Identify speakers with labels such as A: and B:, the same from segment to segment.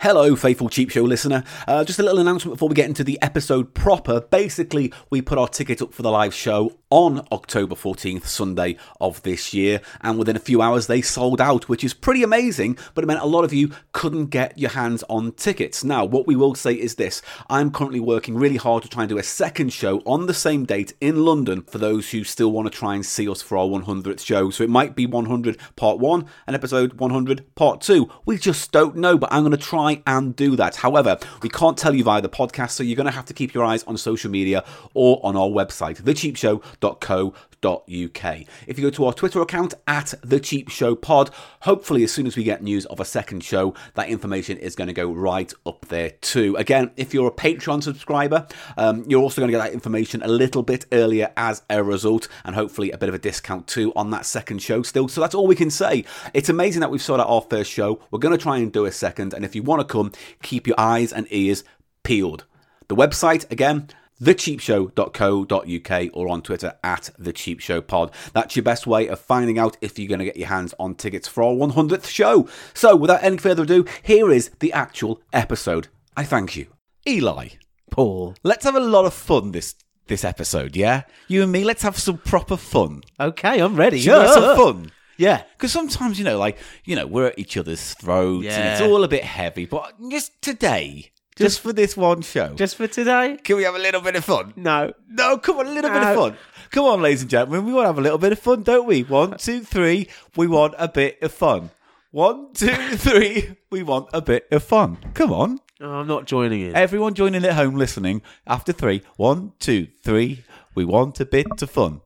A: Hello, faithful Cheap Show listener. Uh, just a little announcement before we get into the episode proper. Basically, we put our ticket up for the live show on October 14th, Sunday of this year, and within a few hours they sold out, which is pretty amazing, but it meant a lot of you couldn't get your hands on tickets. Now, what we will say is this I'm currently working really hard to try and do a second show on the same date in London for those who still want to try and see us for our 100th show. So it might be 100 part one and episode 100 part two. We just don't know, but I'm going to try and do that. However, we can't tell you via the podcast, so you're going to have to keep your eyes on social media or on our website, thecheapshow.co.uk. If you go to our Twitter account at The Cheap Show Pod, hopefully as soon as we get news of a second show, that information is going to go right up there too. Again, if you're a Patreon subscriber, um, you're also going to get that information a little bit earlier as a result, and hopefully a bit of a discount too on that second show still. So that's all we can say. It's amazing that we've sold out our first show. We're going to try and do a second, and if you want to come, keep your eyes and ears peeled. The website, again, thecheapshow.co.uk or on Twitter at thecheapshowpod. That's your best way of finding out if you're going to get your hands on tickets for our 100th show. So, without any further ado, here is the actual episode. I thank you. Eli,
B: Paul.
A: let's have a lot of fun this this episode, yeah? You and me, let's have some proper fun.
B: Okay, I'm ready.
A: Sure. Let's have fun.
B: Yeah.
A: Because sometimes, you know, like, you know, we're at each other's throats and it's
B: Yeah.
A: all a bit heavy. But just today, just, for this one show,
B: Just for today?
A: can we have a little bit of fun?
B: No.
A: No, come on, a little bit of
B: No.
A: fun. Come on, ladies and gentlemen, we want to have a little bit of fun, don't we? One, two, three, we want a bit of fun. One, two, three, we want a bit of fun. Come on.
B: Oh, I'm not joining in.
A: Everyone joining at home listening after three. One, two, three, we want a bit of fun.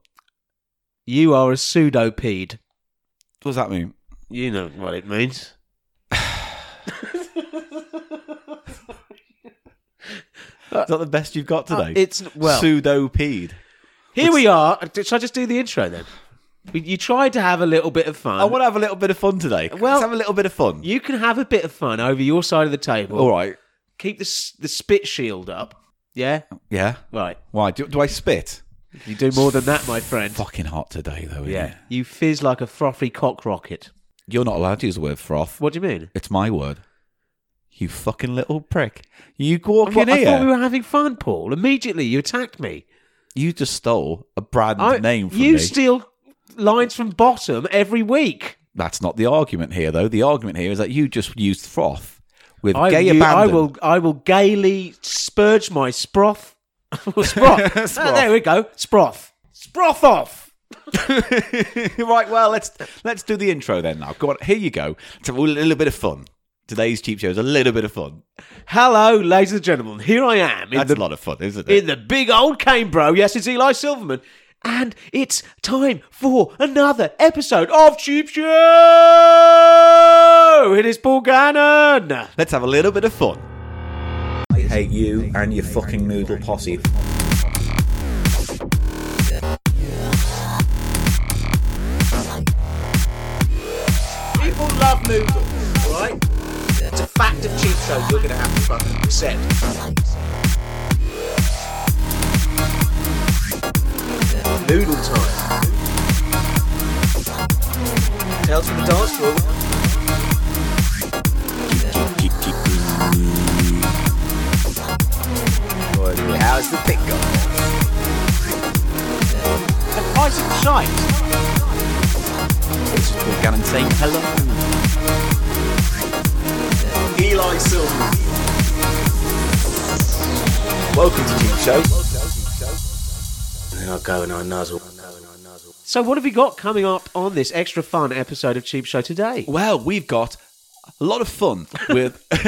B: You are a pseudopede.
A: What does that mean?
B: You know what it means.
A: Is that the best you've got today?
B: Uh, it's- well-
A: pseudopede.
B: Here we are. Uh, Should I just do the intro then? We- You tried to have a little bit of fun.
A: I want to have a little bit of fun today.
B: Well-
A: Let's have a little bit of fun.
B: you can have a bit of fun over your side of the table.
A: All right.
B: Keep the, s- the spit shield up. Yeah?
A: Yeah.
B: Right.
A: Why do, do I spit?
B: You do more than that, my friend.
A: Fucking hot today, though. Isn't
B: Yeah.
A: it?
B: You fizz like a frothy cock rocket.
A: You're not allowed to use the word froth.
B: What do you mean?
A: It's my word. You fucking little prick. You walk in
B: What, I
A: here.
B: thought we were having fun, Paul. Immediately you attacked me.
A: You just stole a brand
B: I-
A: name from
B: you
A: me.
B: steal lines from bottom every week.
A: That's not the argument here, though. The argument here is that you just used froth with
B: I,
A: gay
B: you- I
A: abandon.
B: will. I will gaily spurge my sproth. sproth.
A: Sproth.
B: Ah, there we go. Sproth. Sproth off.
A: right. Well, let's let's do the intro then. Now, go on. Here you go. Let's have a little bit of fun. Today's cheap show is a little bit of fun.
B: Hello, ladies and gentlemen. Here I am in
A: That's
B: the,
A: a lot of fun, isn't it?
B: in the big old Cambro. Yes, it's Eli Silverman, and it's time for another episode of Tube Show. It is Paul Gannon.
A: Let's have a little bit of fun. I hate you and your fucking noodle posse.
B: People love noodles, right? It's a fact of cheap show you're going to have to fucking accept. Noodle time. Tales from the dance floor. How's the pick going? The price of shite.
A: This is Paul Gannon saying hello.
B: Eli Silver.
A: Welcome to Cheap Show.
C: And I go and I nuzzle.
B: So, what have we got coming up on this extra fun episode of Cheap Show today?
A: Well, we've got a lot of fun with. what?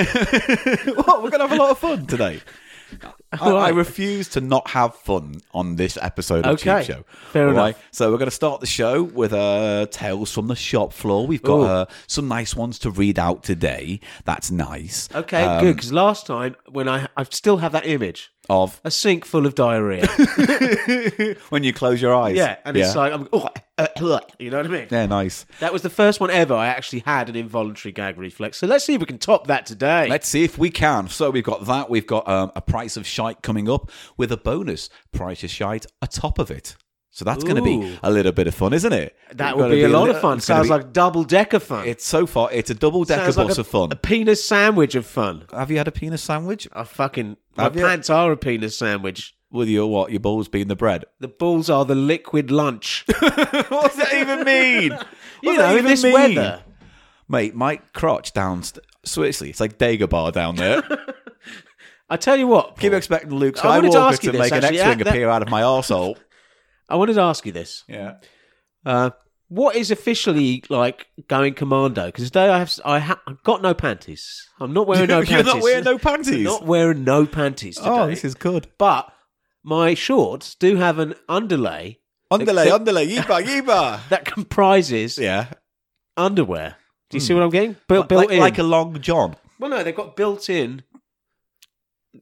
A: We're going to have a lot of fun today. I, I
B: Right.
A: refuse to not have fun on this episode of
B: Okay.
A: Cheap Show.
B: Fair
A: All
B: enough.
A: So we're going to start the show with uh, tales from the shop floor. We've got
B: Ooh.
A: uh, some nice ones to read out today. That's nice.
B: Okay, good, 'cause
A: Um,
B: good. Because last time, when I I still have that image
A: Of
B: a sink full of diarrhea.
A: when you close your eyes.
B: yeah, and it's like I'm, oh, you know what I mean.
A: yeah, nice.
B: That was the first one ever I actually had an involuntary gag reflex. So let's see if we can top that today.
A: Let's see if we can. So we've got that. We've got um, a price of shite coming up with a bonus price of shite atop of it. So that's going to be
B: Ooh.
A: a little bit of fun, isn't it?
B: That
A: It's
B: would
A: gonna
B: be, a lot
A: li-
B: of fun.
A: it's gonna
B: Sounds
A: be-
B: like double decker fun.
A: it's so far. It's a double decker
B: Sounds like
A: bus
B: a,
A: of fun.
B: A penis sandwich of fun.
A: Have you had a penis sandwich
B: I fucking my
A: Have you?
B: pants are a penis sandwich.
A: with your what? Your balls being the bread.
B: The balls are the liquid lunch.
A: what does that even mean? What
B: you
A: does
B: know,
A: that
B: in
A: even
B: this
A: mean?
B: weather.
A: mate. My crotch down st- Switzerland. It's like Dagobah down there.
B: I tell you what,
A: Keep
B: Paul,
A: expecting Luke
B: I wanted to
A: Skywalker
B: ask
A: to,
B: you this,
A: make an
B: actually.
A: X-wing
B: Yeah, that-
A: appear out of my arsehole.
B: I wanted to ask you this.
A: Yeah.
B: Uh, what is officially like going commando? Because today I have I ha- I've got no panties. I'm not wearing no
A: You're
B: panties.
A: not wearing no
B: I'm
A: panties.
B: not wearing no panties today.
A: Oh, this is good.
B: But my shorts do have an underlay
A: Underlay,
B: Except-
A: underlay, yeeba, yeeba.
B: that comprises
A: Yeah. Hmm.
B: underwear. Do you see what I'm getting? Built, built
A: like,
B: in.
A: like a long john.
B: well, no, they've got built in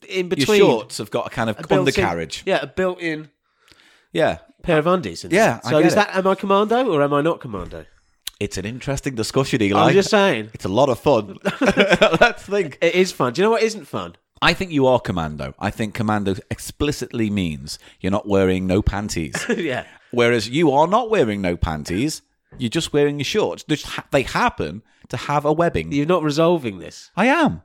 B: in between.
A: Your shorts have got a kind of
B: a built-in-
A: undercarriage.
B: yeah, a built-in
A: Yeah.
B: pair of undies. In
A: Yeah,
B: there.
A: I
B: so
A: get
B: is
A: it.
B: that am I commando or am I not commando?
A: It's an interesting discussion, Eli.
B: I'm just saying
A: It's a lot of fun. Let's think.
B: it is fun. Do you know what isn't fun?
A: I think you are commando. I think commando explicitly means you're not wearing no panties.
B: yeah.
A: Whereas you are not wearing no panties. You're just wearing your shorts. They just ha- They happen to have a webbing.
B: You're not resolving this.
A: I am.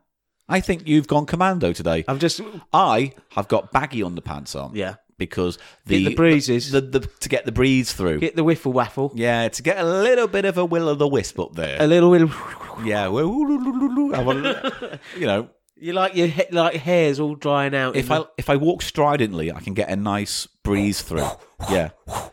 A: I think you've gone commando today.
B: I'm just
A: I have got baggy underpants on.
B: yeah.
A: Because the,
B: the breezes.
A: the, the, to get the breeze through.
B: Get the wiffle waffle.
A: Yeah, to get a little bit of a will o' the wisp up
B: A
A: there.
B: little little.
A: yeah, well, ooh, loo, loo, loo, loo. I want, you know,
B: You like your he- like your hair's all drying out.
A: if
B: in
A: I if I walk stridently, I can get a nice breeze through. Yeah,
B: the-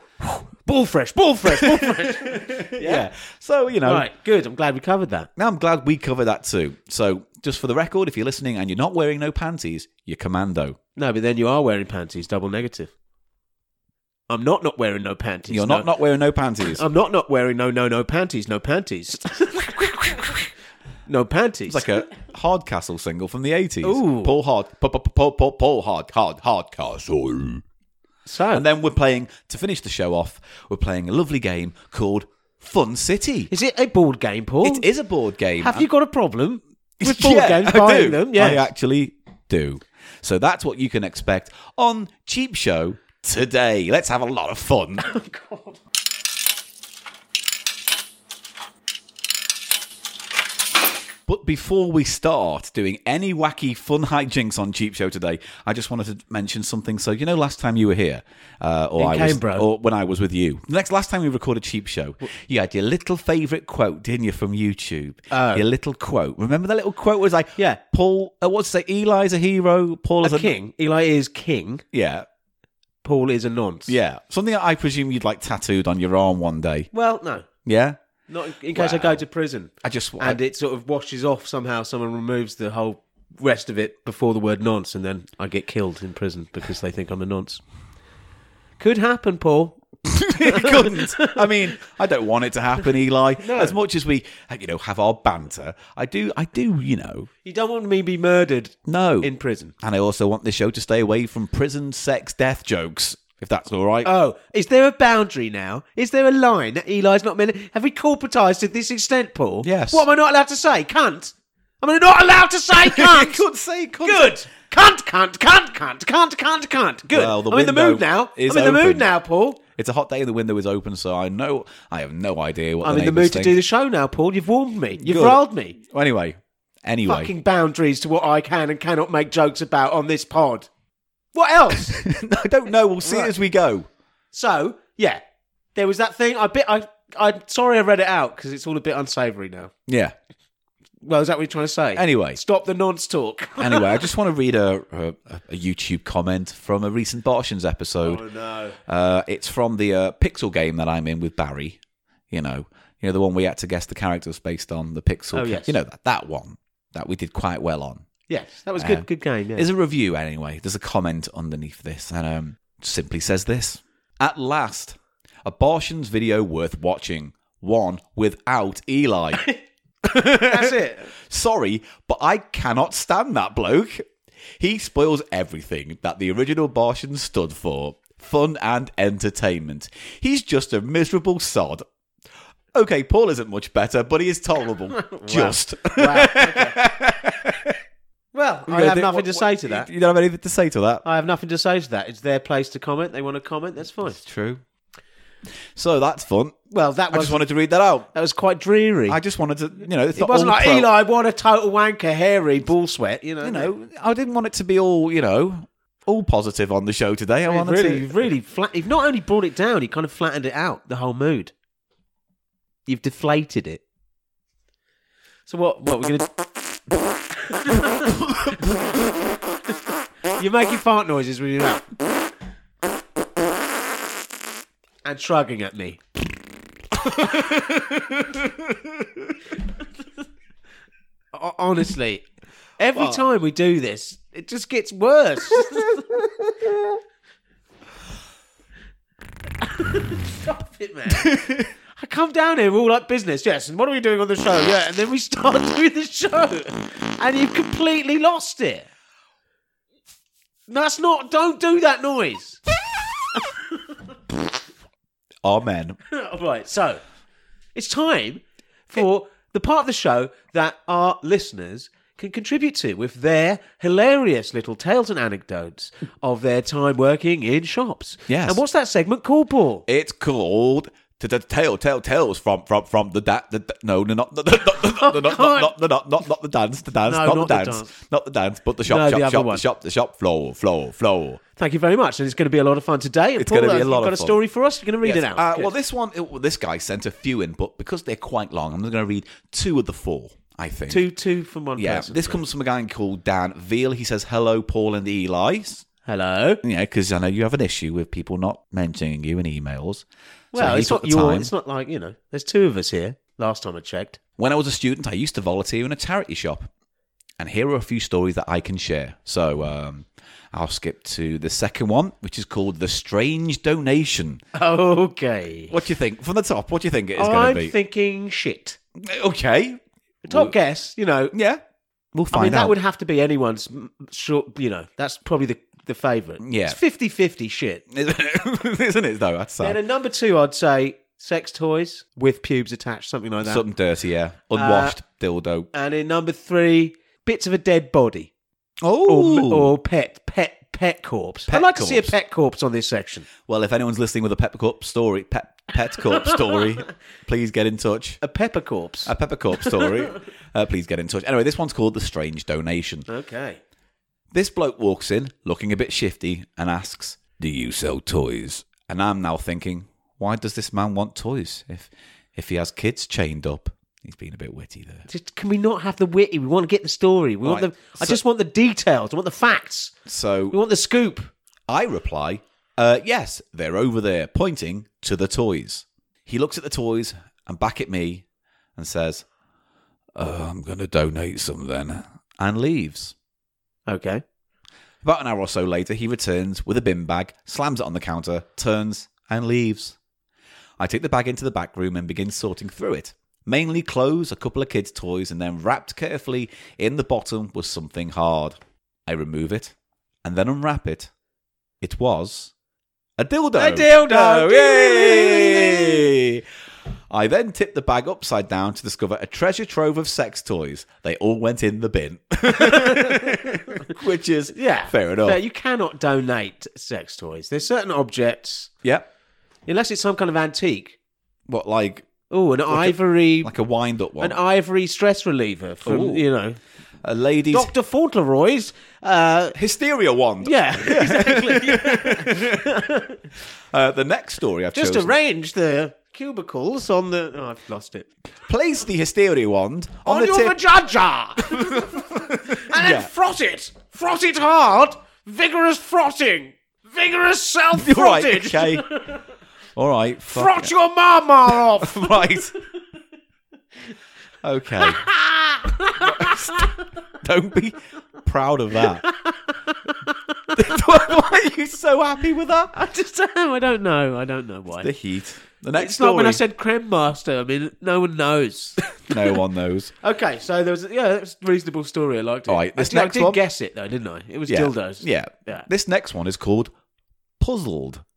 B: ball fresh, ball fresh, ball fresh.
A: yeah. So you know,
B: right, good. I'm glad we covered that.
A: now I'm glad we covered that too. So just for the record, if you're listening and you're not wearing no panties, you're commando.
B: No, but then you are wearing panties. Double negative. I'm not not wearing no panties.
A: You're
B: no.
A: not not wearing no panties.
B: I'm not not wearing no no no panties. No panties. no panties.
A: It's like a Hardcastle single from the 80s.
B: Ooh.
A: Paul Hard, Paul, Paul, Paul, Paul Hard, Hard, Hardcastle.
B: so.
A: And then we're playing, to finish the show off, we're playing a lovely game called Fun City.
B: is it a board game, Paul?
A: It is a board game.
B: Have you got a problem with board
A: Yeah,
B: games
A: I do.
B: buying them?
A: I
B: Yeah.
A: actually do. So that's what you can expect on Cheap Show today. Let's have a lot of fun. But before we start doing any wacky fun hijinks on Cheap Show today, I just wanted to mention something. So you know, last time you were here, uh, or
B: In
A: I was-
B: Canberra.
A: or when I was with you, next last time we recorded Cheap Show, you had your little favourite quote, didn't you, from YouTube?
B: Oh.
A: Your little quote. Remember the little quote was like,
B: Yeah.
A: Paul. Uh, what's it say? Eli's a hero. Paul is
B: A king. Eli is king.
A: Yeah,
B: Paul is a nonce.
A: yeah. Something that I presume you'd like tattooed on your arm one day.
B: Well, no.
A: Yeah.
B: Not in, in case I go to prison.
A: I just
B: and it sort of washes off somehow. Someone removes the whole rest of it before the word nonce, and then I get killed in prison because they think I'm a nonce. Could happen, Paul.
A: it couldn't. I mean, I don't want it to happen, Eli. As much as we, you know, have our banter, I do, I do, you know,
B: You don't want me to be murdered
A: no.
B: in prison.
A: and I also want this show to stay away from prison, sex, death jokes, if that's all right.
B: Oh, is there a boundary now? Is there a line that Eli's not meant? Have we corporatised to this extent, Paul?
A: Yes.
B: What am I not allowed to say? Cunt. Am I not allowed to say
A: I
B: cunt?
A: could say cunt.
B: Good. Cunt, cunt, cunt, cunt, cunt, cunt, cunt. Good.
A: Well, the
B: I'm in the
A: window
B: mood now. I'm in
A: is
B: the mood
A: open.
B: now, Paul.
A: It's a hot day. The window is open, so I know. I have no idea what.
B: I'm
A: the
B: in the
A: neighbours
B: mood to
A: think.
B: do the show now, Paul. You've warned me. You've
A: Good.
B: riled me.
A: Well, Anyway, anyway,
B: Fucking boundaries to what I can and cannot make jokes about on this pod. What else?
A: I don't know. We'll see it
B: Right.
A: as we go.
B: so, yeah, there was that thing. I bit. I. I'm sorry I read it out because it's all a bit unsavoury now.
A: Yeah.
B: Well, is that what you're trying to say?
A: Anyway. Oh,
B: stop the nonce talk.
A: Anyway, I just want to read a, a, a YouTube comment from a recent Bartians episode.
B: no.
A: Uh, it's from the uh, Pixel game that I'm in with Barry. You know, you know the one we had to guess the characters based on the pixel.
B: Oh, yes.
A: You know that that one that we did quite well on.
B: Yes, that was good.
A: Um,
B: good game. Yeah.
A: There's a review anyway. There's a comment underneath this, and um, simply says this: At last, a Bartian's video worth watching. One without Eli.
B: That's it.
A: Sorry, but I cannot stand that bloke. He spoils everything that the original Martian stood for fun and entertainment. He's just a miserable sod. Okay, Paul isn't much better, but he is tolerable. Just.
B: Wow. okay. well, I have
A: They-
B: nothing
A: what-
B: to
A: what-
B: say to that.
A: You don't have anything to say to that?
B: I have nothing to say to that. It's their place to comment. They want to comment. That's fine.
A: It's true. So that's fun.
B: Well, that
A: I
B: was
A: just wanted to read that out.
B: that was quite dreary.
A: I just wanted to, you know, it's
B: it wasn't like Eli, what a total wanker, hairy bull sweat. You know,
A: You know, I didn't want it to be all, you know, all positive on the show today. I
B: He
A: wanted
B: really,
A: to.
B: really flat. You've not only brought it down, you kind of flattened it out. The whole mood. You've deflated it. So what? What we're gonna? You're making fart noises with your mouth and shrugging at me. Ho- Honestly, every time we do this, it just gets worse. Stop it, man. I come down here all like business, yes, and what are we doing on the show? Yeah, and then we start doing the show, and you've completely lost it. That's not, don't do that noise.
A: Amen.
B: All right, so it's time for the part of the show that our listeners can contribute to with their hilarious little tales and anecdotes of their time working in shops.
A: Yes.
B: And what's that segment called, Paul?
A: It's called to the tale tale tales from from from the da- the da- no no not the not the not
B: God.
A: not the not not not the dance the dance
B: No,
A: not the
B: not the
A: dance
B: dance.
A: not the dance but the
B: No,
A: shop
B: the
A: shop
B: other
A: shop the
B: one.
A: shop the shop floor floor floor.
B: Thank you very much. And it's going to be a lot of fun today. And
A: It's
B: Paul,
A: gonna be a
B: uh,
A: lot
B: you've got
A: of
B: a
A: fun.
B: story for us. You're going to read
A: Yes.
B: it out.
A: Uh,
B: Good.
A: well, this one it, well, this guy sent a few in, but because they're quite long, I'm going to read two of the four. I think
B: two, two from one
A: Yeah,
B: person.
A: this comes from a guy called Dan Veal. He says hello, Paul and Eli.
B: Hello.
A: Yeah, because I know you have an issue with people not mentioning you in emails.
B: Well,
A: he
B: it's
A: took the
B: not your.
A: time.
B: It's not like you know. There's two of us here. Last time I checked.
A: When I was a student, I used to volunteer in a charity shop. And here are a few stories that I can share. So um, I'll skip to the second one, which is called The Strange Donation.
B: Okay.
A: What do you think? From the top, what do you think it is going
B: I'm
A: to be?
B: thinking shit.
A: okay.
B: Top guess. You know.
A: Yeah. We'll
B: I
A: find
B: mean,
A: out.
B: that would have to be anyone's mm, short. You know, that's probably the the favorite.
A: Yeah.
B: It's 50-50 shit.
A: Isn't it, though? That's
B: Then
A: sad.
B: at number two, I'd say sex toys with pubes attached, something like that. Uh,
A: Something dirty, yeah. Unwashed dildo.
B: and in number three, bits of a dead body. or,
A: Oh.
B: or pet pet pet corpse.
A: Pet
B: I'd like to see a
A: corpse.
B: pet corpse on this section.
A: well, if anyone's listening with a pep corp story, pep, pet corp story, please get in touch.
B: A pepper corpse.
A: A pepper corp story. uh, please get in touch. Anyway, this one's called The Strange Donation.
B: okay.
A: This bloke walks in, looking a bit shifty, and asks, "Do you sell toys?" And I'm now thinking, why does this man want toys if if he has kids chained up? He's been a bit witty there.
B: Just, can we not have the witty? We want to get the story. We
A: Right,
B: want the. I
A: so-
B: just want the details. I want the facts. We
A: So
B: want the scoop.
A: I reply, uh, "Yes, they're over there," pointing to the toys. He looks at the toys and back at me, and says, "Uh, "I'm going to donate some then," and leaves.
B: Okay.
A: About an hour or so later, he returns with a bin bag, slams it on the counter, turns, and leaves. I take the bag into the back room and begin sorting through it. Mainly clothes, a couple of kids' toys, and then wrapped carefully in the bottom was something hard. I remove it and then unwrap it. It was a dildo. Oh,
B: A dildo.
A: Yay! I then tipped the bag upside down to discover a treasure trove of sex toys. They all went in the bin. Which is
B: Yeah.
A: fair enough.
B: you cannot donate sex toys. There's certain objects,
A: Yep.
B: unless it's some kind of antique.
A: What like
B: Oh, an ivory,
A: like a wind up one?
B: an ivory stress reliever from
A: Ooh.
B: you know
A: a lady's
B: Doctor Fauntleroy's. Uh,
A: hysteria wand.
B: yeah.
A: Uh, the next story I've
B: just
A: chosen.
B: arrange the cubicles on the. Oh, I've lost it.
A: Place the hysteria wand on,
B: on,
A: the
B: your
A: tip.
B: vajayjay. and then
A: Yeah.
B: frot it. Frot it hard. Vigorous frotting. Vigorous self
A: All right.
B: frottage.
A: Okay. All right. fuck
B: Frot your mama off.
A: it. Right. Okay. Don't be proud of that. Why are you so happy with that?
B: I just am. I don't know. I don't know why.
A: The heat. The next
B: it's
A: story.
B: like when I said creme master. I mean, no one knows.
A: no one knows.
B: okay, so there was yeah, that was a reasonable story. I liked it.
A: All right, this
B: Actually, I
A: next
B: did
A: one-
B: guess it though, didn't I? It was
A: Yeah.
B: dildos.
A: Yeah.
B: Yeah.
A: This next one is called Puzzled.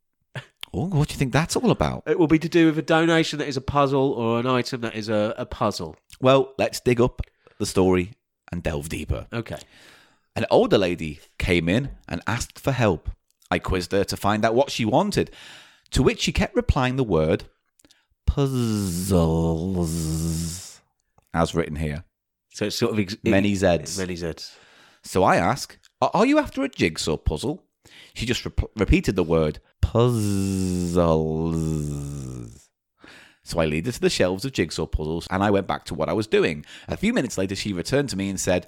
A: Oh, what do you think that's all about?
B: It will be to do with a donation that is a puzzle or an item that is a, a puzzle.
A: Well, let's dig up the story and delve deeper.
B: Okay.
A: An older lady came in and asked for help. I quizzed her to find out what she wanted. to which she kept replying the word puzzles, as written here.
B: So it's sort of ex-
A: Many Zs.
B: Many Zs.
A: So I ask, "Are- Are you after a jigsaw puzzle? She just rep- repeated the word puzzles. So I lead her to the shelves of jigsaw puzzles and I went back to what I was doing. A few minutes later, she returned to me and said,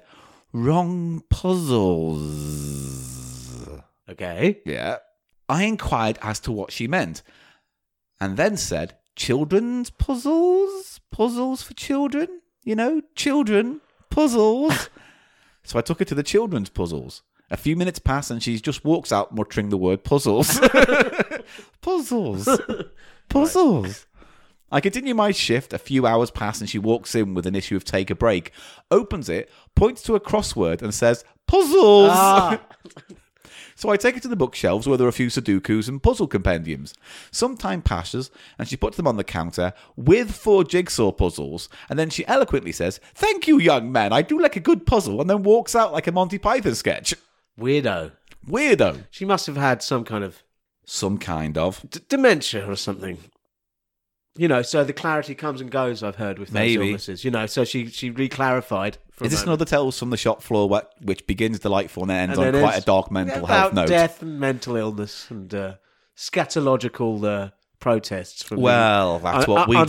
A: Wrong puzzles.
B: Okay.
A: Yeah. I inquired as to what she meant and then said, Children's puzzles? Puzzles for children? You know, children, puzzles. so I took her to the children's puzzles. A few minutes pass and she just walks out muttering the word puzzles. puzzles. Puzzles. I continue my shift. A few hours pass and she walks in with an issue of Take a Break, opens it, points to a crossword, and says, Puzzles. So I take her to the bookshelves where there are a few Sudokus and puzzle compendiums. Some time passes and she puts them on the counter with four jigsaw puzzles, and then she eloquently says, Thank you, young man, I do like a good puzzle, and then walks out like a Monty Python sketch.
B: Weirdo.
A: Weirdo.
B: She must have had some kind of
A: Some kind of.
B: d- dementia or something. You know, so the clarity comes and goes. I've heard with those
A: Maybe.
B: illnesses. You know, so she she reclarified. for a
A: Is this
B: moment.
A: another Tales from the Shop Floor what- which begins delightful and ends
B: And
A: on
B: then
A: quite a
B: it's
A: dark mental health
B: about
A: note?
B: death and mental illness and uh, scatological uh, protests? From
A: Well, that's
B: the,
A: what we
B: underprivileged.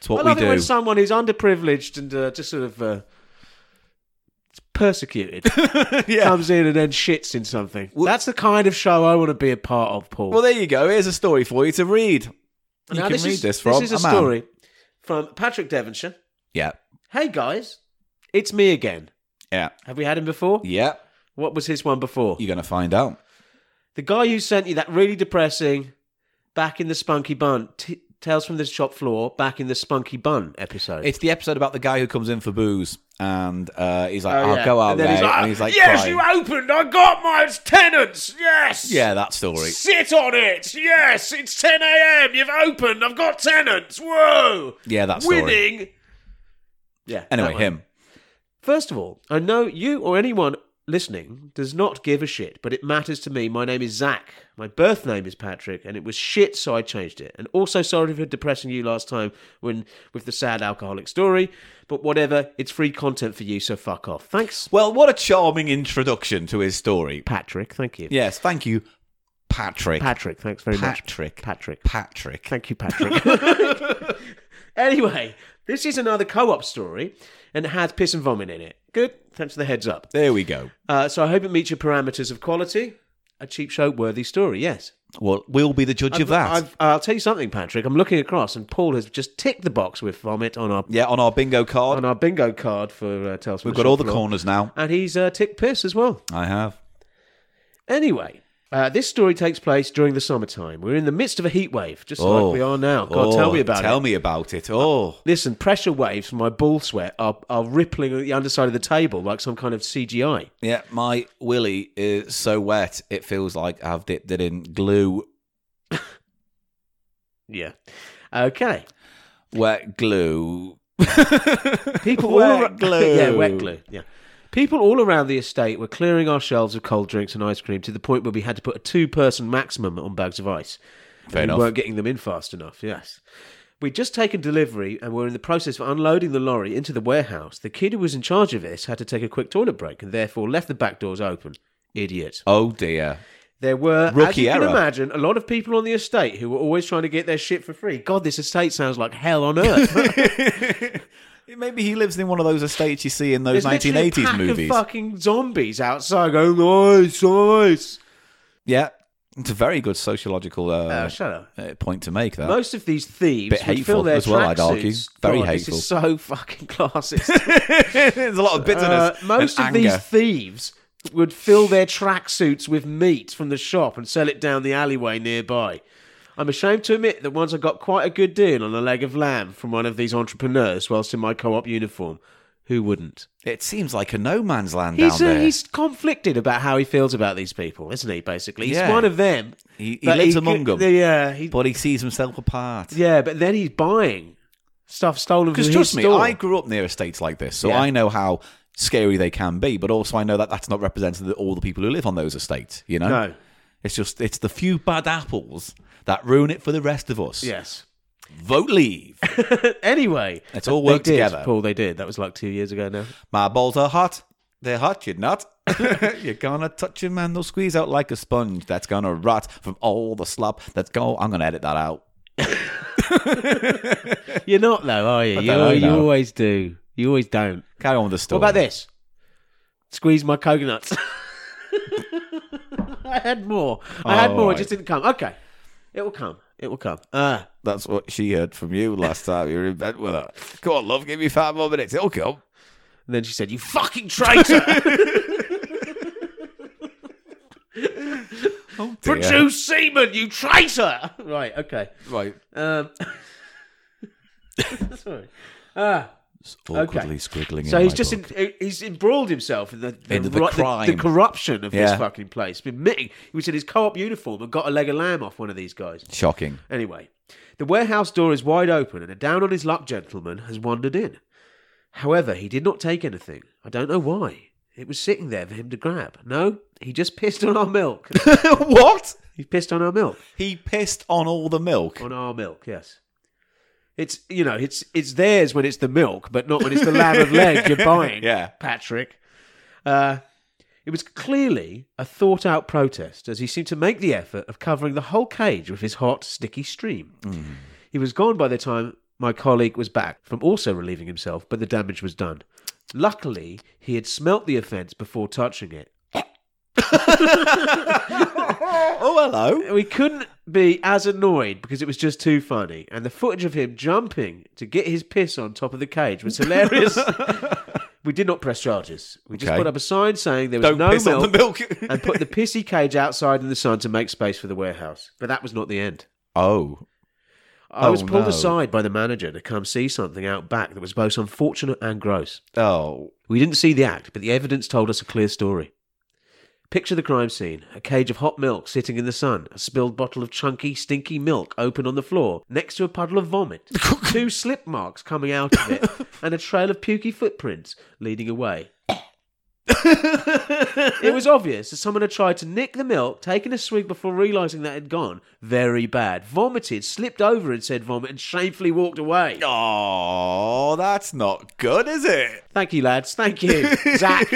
A: do. It's
B: Uh, Underprivileged.
A: what we
B: I love it when
A: do.
B: someone who's underprivileged and uh, just sort of uh, persecuted comes in and then shits in something. that's the kind of show I want to be a part of, Paul.
A: Well, there you go. Here's a story for you to read. You
B: Now,
A: can
B: this
A: read
B: is,
A: this from
B: This is a,
A: man.
B: story from Patrick Devonshire.
A: Yeah,
B: Hey guys, it's me again.
A: yeah,
B: Have we had him before?
A: yeah.
B: What was his one before?
A: You're going to find out.
B: The guy who sent you that really depressing back in the spunky bun t- tales from the shop floor back in the spunky bun episode.
A: It's the episode about the guy who comes in for booze and uh, he's like,
B: Oh,
A: I'll
B: yeah.
A: go out
B: And then
A: there.
B: he's like,
A: and he's like,
D: yes,
A: crying.
D: you opened. I got my tenants. Yes.
A: Yeah, that story.
D: Sit on it. Yes, it's 10 a.m. You've opened. I've got tenants. Whoa.
A: Yeah, that story.
D: Winning.
B: yeah.
A: Anyway,
B: that one.
A: him.
B: First of all, I know you or anyone listening does not give a shit, but it matters to me. My name is Zach. My birth name is Patrick, and it was shit, so I changed it. And also sorry for depressing you last time when with the sad alcoholic story. But whatever, it's free content for you, so fuck off. Thanks,
A: Well, what a charming introduction to his story.
B: Patrick. Thank you.
A: Yes, thank you, Patrick.
B: Patrick, thanks very much.
A: Patrick.
B: Patrick.
A: Patrick.
B: Thank you, Patrick. anyway, this is another co op story and it has piss and vomit in it. Good. Thanks for the heads up.
A: There we go.
B: Uh, so I hope it meets your parameters of quality. A cheap show worthy story, yes.
A: Well, we'll be the judge of that.
B: I've, I'll tell you something, Patrick. I'm looking across and Paul has just ticked the box with vomit on our
A: yeah, on our bingo card.
B: on our bingo card for uh, Tales from
A: We've got
B: Shop
A: all the
B: Floor.
A: corners now.
B: And he's uh, ticked piss as well.
A: I have.
B: Anyway, uh, this story takes place during the summertime. We're in the midst of a heat wave, just like we are now.
A: Oh,
B: God, tell me about it.
A: Tell me about it. Oh.
B: Listen, pressure waves from my ball sweat are, are rippling at the underside of the table like some kind of CGI.
A: Yeah, my willy is so wet it feels like I've dipped it in glue,
B: Yeah. Okay.
A: wet glue.
B: People
A: Wet
B: all ar-
A: glue.
B: yeah, wet glue. Yeah. People all around the estate were clearing our shelves of cold drinks and ice cream to the point where we had to put a two-person maximum on bags of ice.
A: Fair
B: we
A: enough.
B: weren't getting them in fast enough. Yes. We'd just taken delivery and were in the process of unloading the lorry into the warehouse. The kid who was in charge of this had to take a quick toilet break and therefore left the back doors open. Idiot.
A: Oh dear.
B: There were, as
A: Rookie
B: you can
A: error.
B: imagine, a lot of people on the estate who were always trying to get their shit for free. God, this estate sounds like hell on earth.
A: Maybe he lives in one of those estates you see in those
B: There's literally a
A: 1980s
B: pack
A: movies.
B: Of fucking zombies outside going, nice, nice.
A: Yeah, it's a very good sociological uh,
B: Oh, shut up.
A: uh, point to make. That
B: Most of these thieves
A: Bit
B: would
A: hateful
B: fill their
A: as well, I'd argue.
B: tracksuits-
A: Very
B: God,
A: hateful.
B: This is so fucking classist.
A: there's a lot of
B: Uh,
A: bitterness.
B: most of
A: and
B: these
A: anger.
B: thieves would fill their tracksuits with meat from the shop and sell it down the alleyway nearby. I'm ashamed to admit that once I got quite a good deal on a leg of lamb from one of these entrepreneurs whilst in my co op uniform. Who wouldn't?
A: It seems like a no man's land
B: He's,
A: down
B: uh,
A: there.
B: he's conflicted about how he feels about these people, isn't he, basically? He's
A: Yeah.
B: one of them.
A: He- he
B: but
A: lives among 'em.
B: Yeah, he,
A: but he sees himself apart.
B: yeah, but then he's buying stuff stolen from
A: Because
B: his
A: trust me,
B: store.
A: I grew up near estates like this, so
B: Yeah.
A: I know how scary they can be. But also, I know that that's not representative of all the people who live on those estates. You know,
B: No.
A: It's just it's the few bad apples that ruin it for the rest of us.
B: Yes.
A: Vote leave.
B: anyway,
A: Let's all
B: they
A: work
B: did,
A: together.
B: Paul, they did. That was like two years ago now.
A: My balls are hot. They're hot, you're not. you're gonna touch 'em and they'll squeeze out like a sponge that's gonna rot from all the slop that's go I'm gonna edit that out.
B: You're not though, are you? You,
A: know,
B: you
A: no.
B: always do. You always don't.
A: Carry on with the
B: What
A: story.
B: about this? Squeeze my coconuts. I had more. I had
A: Oh,
B: more.
A: right.
B: It just didn't come. Okay, it will come. It will come. Uh,
A: That's what she heard from you last time you were in bed with her. Come on, love, give me five more minutes. It'll come.
B: and then she said, "You fucking traitor,
A: Oh,
B: produce semen, you traitor!" Right. Okay.
A: Right.
B: Um, sorry. Ah.
A: Awkwardly squiggling.
B: So
A: in
B: he's
A: my
B: just
A: book.
B: in, he's embroiled himself in the the,
A: In the
B: ru-
A: crime.
B: corruption of
A: Yeah.
B: this fucking place. Admitting he was in his co-op uniform and got a leg of lamb off one of these guys.
A: shocking.
B: Anyway, the warehouse door is wide open and a down on his luck gentleman has wandered in. However, he did not take anything. I don't know why. It was sitting there for him to grab. No, he just pissed on our milk.
A: what?
B: he pissed on our milk.
A: He pissed on all the milk.
B: On our milk, yes. It's you know, it's it's theirs when it's the milk, but not when it's the lamb of leg you're buying.
A: Yeah.
B: Patrick. Uh, it was clearly a thought out protest as he seemed to make the effort of covering the whole cage with his hot, sticky stream.
A: Mm.
B: He was gone by the time my colleague was back from also relieving himself, but the damage was done. Luckily, he had smelt the offence before touching it.
A: Oh, hello.
B: We couldn't be as annoyed because it was just too funny. And the footage of him jumping to get his piss on top of the cage was hilarious. we did not press charges. We just
A: Okay.
B: put up a sign saying there was
A: Don't
B: no
A: piss
B: milk,
A: on the milk.
B: and put the pissy cage outside in the sun to make space for the warehouse. But that was not the end.
A: oh.
B: I was
A: Oh,
B: pulled
A: no.
B: aside by the manager to come see something out back that was both unfortunate and gross.
A: Oh.
B: We didn't see the act, but the evidence told us a clear story. Picture the crime scene a cage of hot milk sitting in the sun, a spilled bottle of chunky, stinky milk open on the floor, next to a puddle of vomit, two slip marks coming out of it, and a trail of pukey footprints leading away. it was obvious that someone had tried to nick the milk, taken a swig before realizing that it had gone very bad, vomited, slipped over and said vomit, and shamefully walked away.
A: Oh, that's not good, is it?
B: Thank you, lads. Thank you, Zach.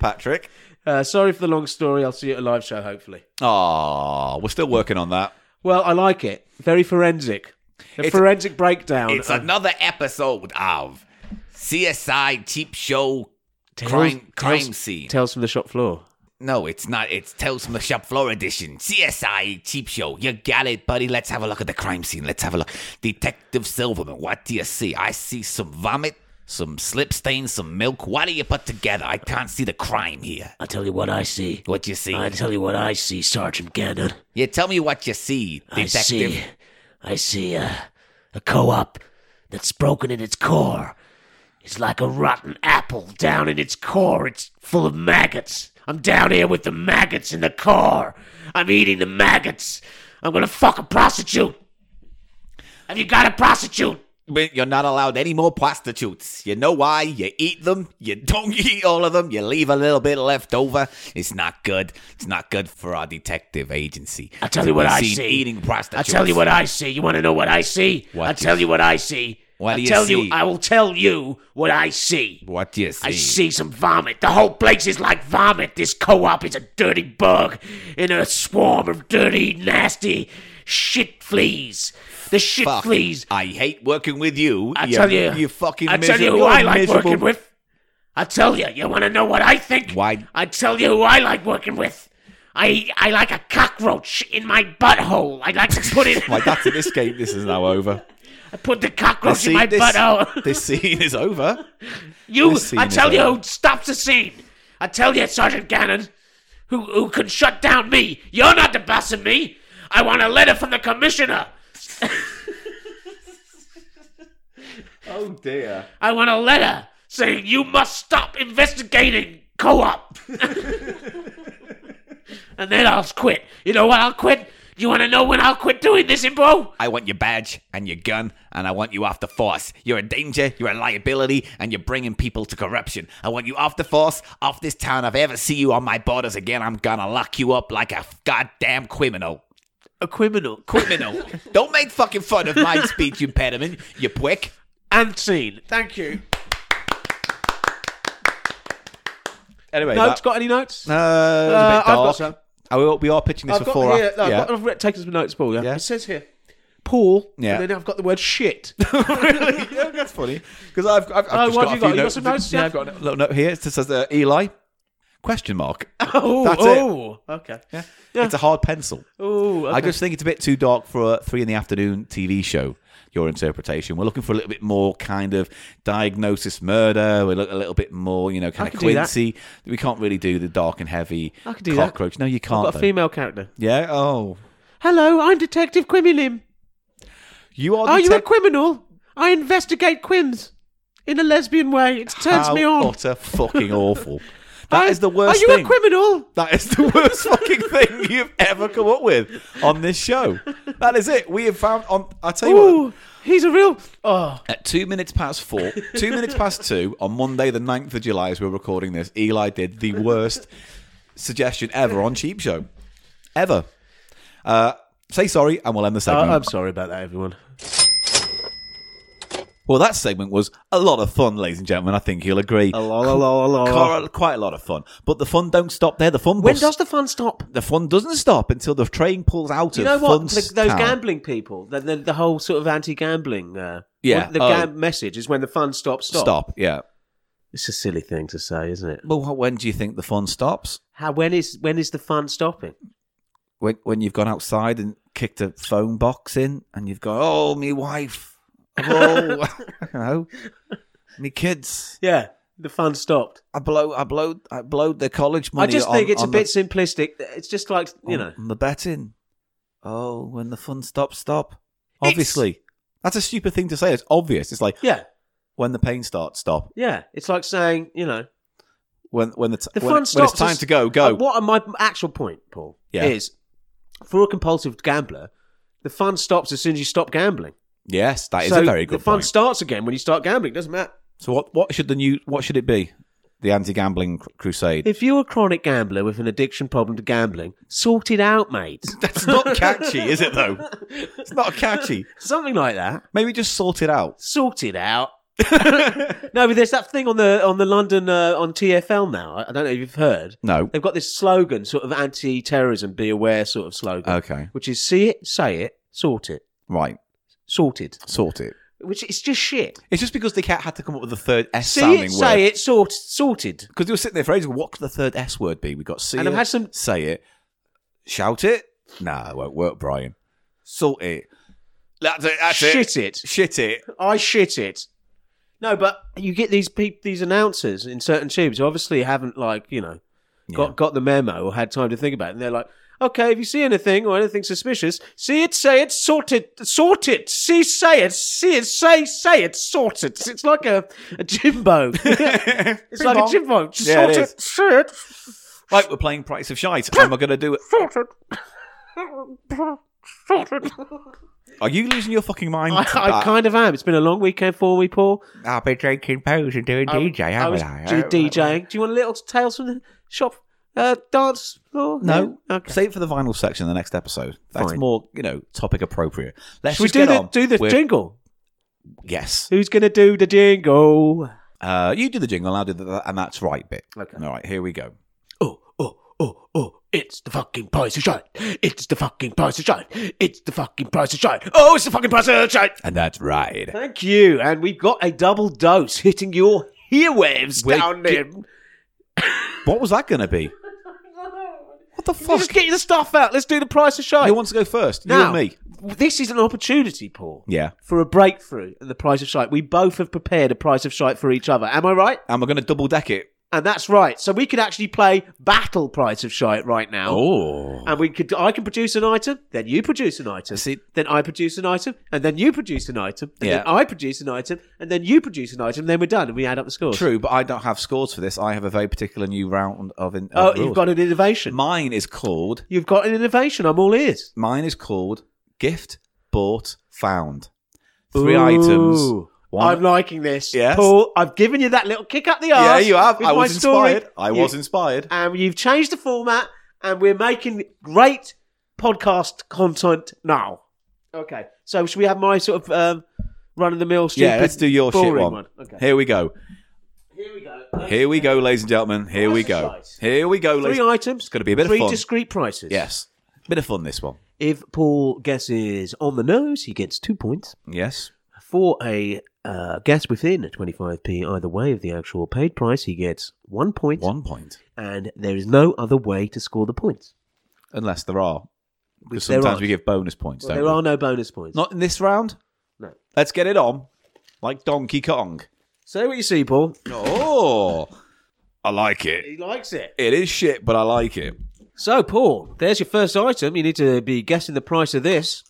A: Patrick.
B: Uh, sorry for the long story. I'll see you at a live show, hopefully.
A: Oh, we're still working on that.
B: Well, I like it. Very forensic. A
A: It's-
B: forensic breakdown.
E: It's
B: of
E: another episode of CSI Cheap Show
B: Tales-
E: Crime Crime
B: Tales-
E: Scene.
B: Tales from the Shop Floor.
E: no, it's not. It's Tales from the Shop Floor edition. CSI Cheap Show. You got it, buddy. Let's have a look at the crime scene. Let's have a look. Detective Silverman, what do you see? I see some vomit, some slip stains, some milk. What do you put together? I can't see the crime here.
F: I tell you what I see.
E: What you see?
F: I tell you what I see, Sergeant Gannon.
E: You tell me what you see,
F: I
E: Detective.
F: see. I see a, a co-op that's broken in its core. It's like a rotten apple down in its core. It's full of maggots. I'm down here with the maggots in the core. I'm eating the maggots. I'm gonna fuck a prostitute. Have you got a prostitute?
E: But You're not allowed any more prostitutes. You know why? You eat them, you don't eat all of them, you leave a little bit left over. It's not good. It's not good for our detective agency.
F: I tell you what
E: We've
F: I
E: seen
F: see.
E: Eating
F: I
E: prostitutes.
F: tell you what I see. You want to know what I see?
E: What
F: I
E: do
F: tell
E: you-
F: you what I see.
E: What
F: I
E: do you
F: tell
E: see?
F: you. I will tell you what I see.
E: What do you see?
F: I see some vomit. The whole place is like vomit. This co op is a dirty bug in a swarm of dirty, nasty shit fleas. The shit
E: Fuck.
F: fleas.
E: I hate working with you.
F: I tell you.
E: You fucking
F: I tell you
E: miserable-
F: who I like
E: miserable-
F: working with. I tell you. You want to know what I think?
E: Why-
F: I tell you who I like working with. I, I like a cockroach in my butthole. I'd like to put it.
A: Like, that's it. This game, this is now over.
F: Put the cockroach in my
A: this,
F: butthole.
A: this scene is over.
F: You,
A: This scene
F: I
A: is
F: tell you,
A: over.
F: who stops the scene. I tell you, Sergeant Gannon, who who can shut down me. You're not the boss of me. I want a letter from the commissioner.
A: Oh, dear.
F: I want a letter saying you must stop investigating co-op. and then I'll quit. You know what? I'll quit
G: You want to know when I'll quit doing this, Imbo?
H: I want your badge and your gun, and I want you off the force. You're a danger, you're a liability, and you're bringing people to corruption. I want you off the force, off this town. If I ever see you on my borders again, I'm gonna lock you up like a goddamn criminal.
B: A criminal.
H: Criminal. Don't make fucking fun of my speech impediment, you prick.
B: And scene.
I: Thank you.
A: Anyway,
B: Notes?
A: that,
B: Got any notes?
A: uh, it was a
B: Uh,
A: bit
B: I've got
A: dark.
B: some.
A: Are we, all- we are pitching this for
B: I've got
A: four.
B: here. no, I've,
A: yeah.
B: got, I've read, taken some notes, Paul. Yeah?
A: Yeah.
B: It says here, Paul.
A: Yeah.
B: And then I've got the word shit.
A: really? Yeah, that's funny. Because I've, I've, I've
B: Oh,
A: just got
B: what do
A: a few
B: you got? You got
A: notes.
B: some notes?
A: Yeah,
B: Yeah.
A: I've got a little note here. It says uh, Eli? Question mark.
B: oh,
A: That's it.
B: oh, okay.
A: Yeah. It's a hard pencil.
B: Oh, okay.
A: I just think it's a bit too dark for a three in the afternoon TV show. Your interpretation. We're looking for a little bit more kind of diagnosis murder. We look a little bit more, you know, kind of
B: could do that.
A: Quincy. We can't really do the dark and heavy
B: I could do that.
A: cockroach. No, you
B: I've
A: can't.
B: got a
A: though.
B: female character.
A: yeah. Oh,
B: Hello, I'm Detective Quimilim.
A: you are.
B: Are you a
A: detec-
B: criminal? I investigate quims in a lesbian way. It turns
A: How
B: me on.
A: Utter fucking awful. That is the worst.
B: Are you
A: thing.
B: a criminal?
A: That is the worst fucking thing you've ever come up with on this show. That is it. We have found on. I tell you what.
B: Ooh, he's a real. Oh,
A: At two minutes past four, two minutes past two, on Monday, the 9th of July, as we're recording this, Eli did the worst suggestion ever on Cheap Show. Ever. Uh, say sorry, and we'll end the segment.
B: I'm sorry about that, everyone.
A: well, that segment was a lot of fun, ladies and gentlemen. I think you'll agree. A
B: lot, a lot, a lot.
A: Quite a lot of fun. But the fun don't stop there. The fun
B: When
A: bus-
B: does the fun stop?
A: the fun doesn't stop until the train pulls out
B: You
A: of
B: know
A: Fun
B: what? The, those
A: Town.
B: gambling people, the, the, the whole sort of anti-gambling, uh,
A: Yeah.
B: what- the
A: Oh.
B: gam- message is when the fun stops. Stop.
A: stop. Yeah.
B: It's a silly thing to say, isn't it?
A: Well, when do you think the fun stops?
B: How when is when is the fun stopping?
A: When, when you've gone outside and kicked a phone box in, and you've gone, "Oh, me wife, oh, I don't know, me kids,
B: Yeah, the fun stopped.
A: I blow, I blow, I blowed their college money."
B: I just
A: on-
B: think it's
A: on
B: a
A: the-
B: bit simplistic. It's just like you
A: on-
B: know.
A: on the betting. Oh, when the fun stops, stop. Obviously, that's a stupid thing to say. It's obvious. It's like
B: Yeah,
A: when the pain starts, stop.
B: yeah. It's like saying you know
A: When when the, t-
B: the
A: when,
B: fun
A: it-
B: stops.
A: when it's time
B: is-
A: to go, go.
B: Uh, what are my actual point, Paul?
A: Yeah.
B: Is for a compulsive gambler, the fun stops as soon as you stop gambling.
A: Yes, that is
B: So
A: a very good
B: The fun
A: point.
B: starts again when you start gambling. Doesn't matter.
A: So what what should the new what should it be? The anti-gambling cr- crusade.
B: If you're a chronic gambler with an addiction problem to gambling, sort it out, mate.
A: That's not catchy, is it though? It's not catchy.
B: Something like that.
A: Maybe just sort it out.
B: Sort it out. no, but there's that thing on the on the London uh, on TFL now. I I don't know if you've heard.
A: No.
B: They've got this slogan, sort of anti-terrorism, be aware sort of slogan,
A: Okay.
B: which is see it, say it, sort it,
A: Right.
B: sorted.
A: Sort it.
B: Which it's just shit.
A: It's just because they ca- had to come up with the third S
B: See
A: sounding
B: it,
A: word.
B: say it, sort, sorted.
A: Because they were sitting there for ages. What could the third S word be? We got see
B: And
A: it,
B: I've had some-
A: say it, shout it. Nah, it won't work, Brian. Sort it. That's it. That's
B: shit it.
A: it. Shit it.
B: I shit it. No, but you get these peop these announcers in certain tubes who obviously haven't like you know got got the memo or had time to think about it, and they're like, okay, if you see anything or anything suspicious, see it, say it, sort it, sort it, see, say it, see it, say, say it, sort it. It's like a, a Jimbo. it's like a Jimbo. Sort
A: Yeah, it
B: it,
A: is.
B: see it,
A: Right, we're playing Price of Shite. Am I going to do it?
B: sort it. Sort it.
A: Are you losing your fucking mind?
B: I, I kind of am. It's been a long weekend for we, Paul.
A: I'll be drinking booze and doing DJ,
B: I was d- DJing. Do you want a little tales from the shop uh, dance floor?
A: No,
B: Okay.
A: save it for the vinyl section in the next episode. That's
B: Fine.
A: more, you know, topic appropriate. Let's
B: Should we
A: just
B: do
A: get
B: the
A: on
B: do the
A: with-
B: jingle?
A: Yes,
B: Who's gonna do the jingle?
A: uh, you do the jingle, I'll do the and that's right bit.
B: Okay.
A: All right, here we go.
G: Oh, oh, oh, oh, it's the fucking price of shite. It's the fucking price of shite. It's the fucking price of shite. Oh, it's the fucking price of shite.
A: And that's right.
B: Thank you, and we've got a double dose hitting your earwaves
A: Wait,
B: down
A: get-
B: there.
A: What was that going to be? What the
B: Let's
A: fuck?
B: Just get you the stuff out. Let's do the price of shite.
A: Who wants to go first? You
B: now,
A: and me.
B: This is an opportunity, Paul,
A: Yeah.
B: for a breakthrough in the price of shite. We both have prepared a price of shite for each other. Am I right?
A: And we're going to double deck it
B: And that's right. So we could actually play Battle Price of Shite right now.
J: Oh.
B: And we could I can produce an item, then you produce an item.
J: See-
B: then I produce an item, and then you produce an item, and
J: Yeah.
B: then I produce an item, and then you produce an item, then we're done and we add up the scores.
A: True, but I don't have scores for this. I have a very particular new round of. In-
B: Oh,
A: of
B: you've
A: rules.
B: got an innovation.
A: Mine is called.
B: You've got an innovation. I'm all ears.
A: Mine is called gift bought found. Three items.
B: Ooh.
A: One-
B: I'm liking this.
A: Yes.
B: Paul, I've given you that little kick up the
A: yeah,
B: arse.
A: you have.
B: with
A: I
B: my
A: was
B: story.
A: inspired. I
B: You-
A: was inspired.
B: And you've changed the format, and we're making great podcast content now. Okay. So, should we have my sort of um, run of the mill stupid?
A: Yeah, let's do your shit
B: boring
A: one.
B: Okay.
A: Here we go.
B: Here we go.
A: Here we go, ladies and gentlemen. Here we go. Here we go,
B: Three
A: ladies.
B: items. It's
A: gonna be a bit of
B: Three
A: fun.
B: discrete prices.
A: Yes. Bit of fun, this one.
B: If Paul guesses on the nose, he gets two points.
A: Yes.
B: For a uh, guess within 25p either way of the actual paid price, he gets one point,
A: One point.
B: and there is no other way to score the points.
A: Unless there are. Because
B: there
A: sometimes
B: aren't.
A: we give bonus points,
B: Well,
A: don't
B: there
A: we?
B: are no bonus points.
A: Not in this round.
B: No.
A: Let's get it on. Like Donkey Kong.
B: Say what you see, Paul.
A: Oh. I like it.
B: He likes it.
A: It is shit, but I like it.
B: So, Paul, there's your first item. You need to be guessing the price of this.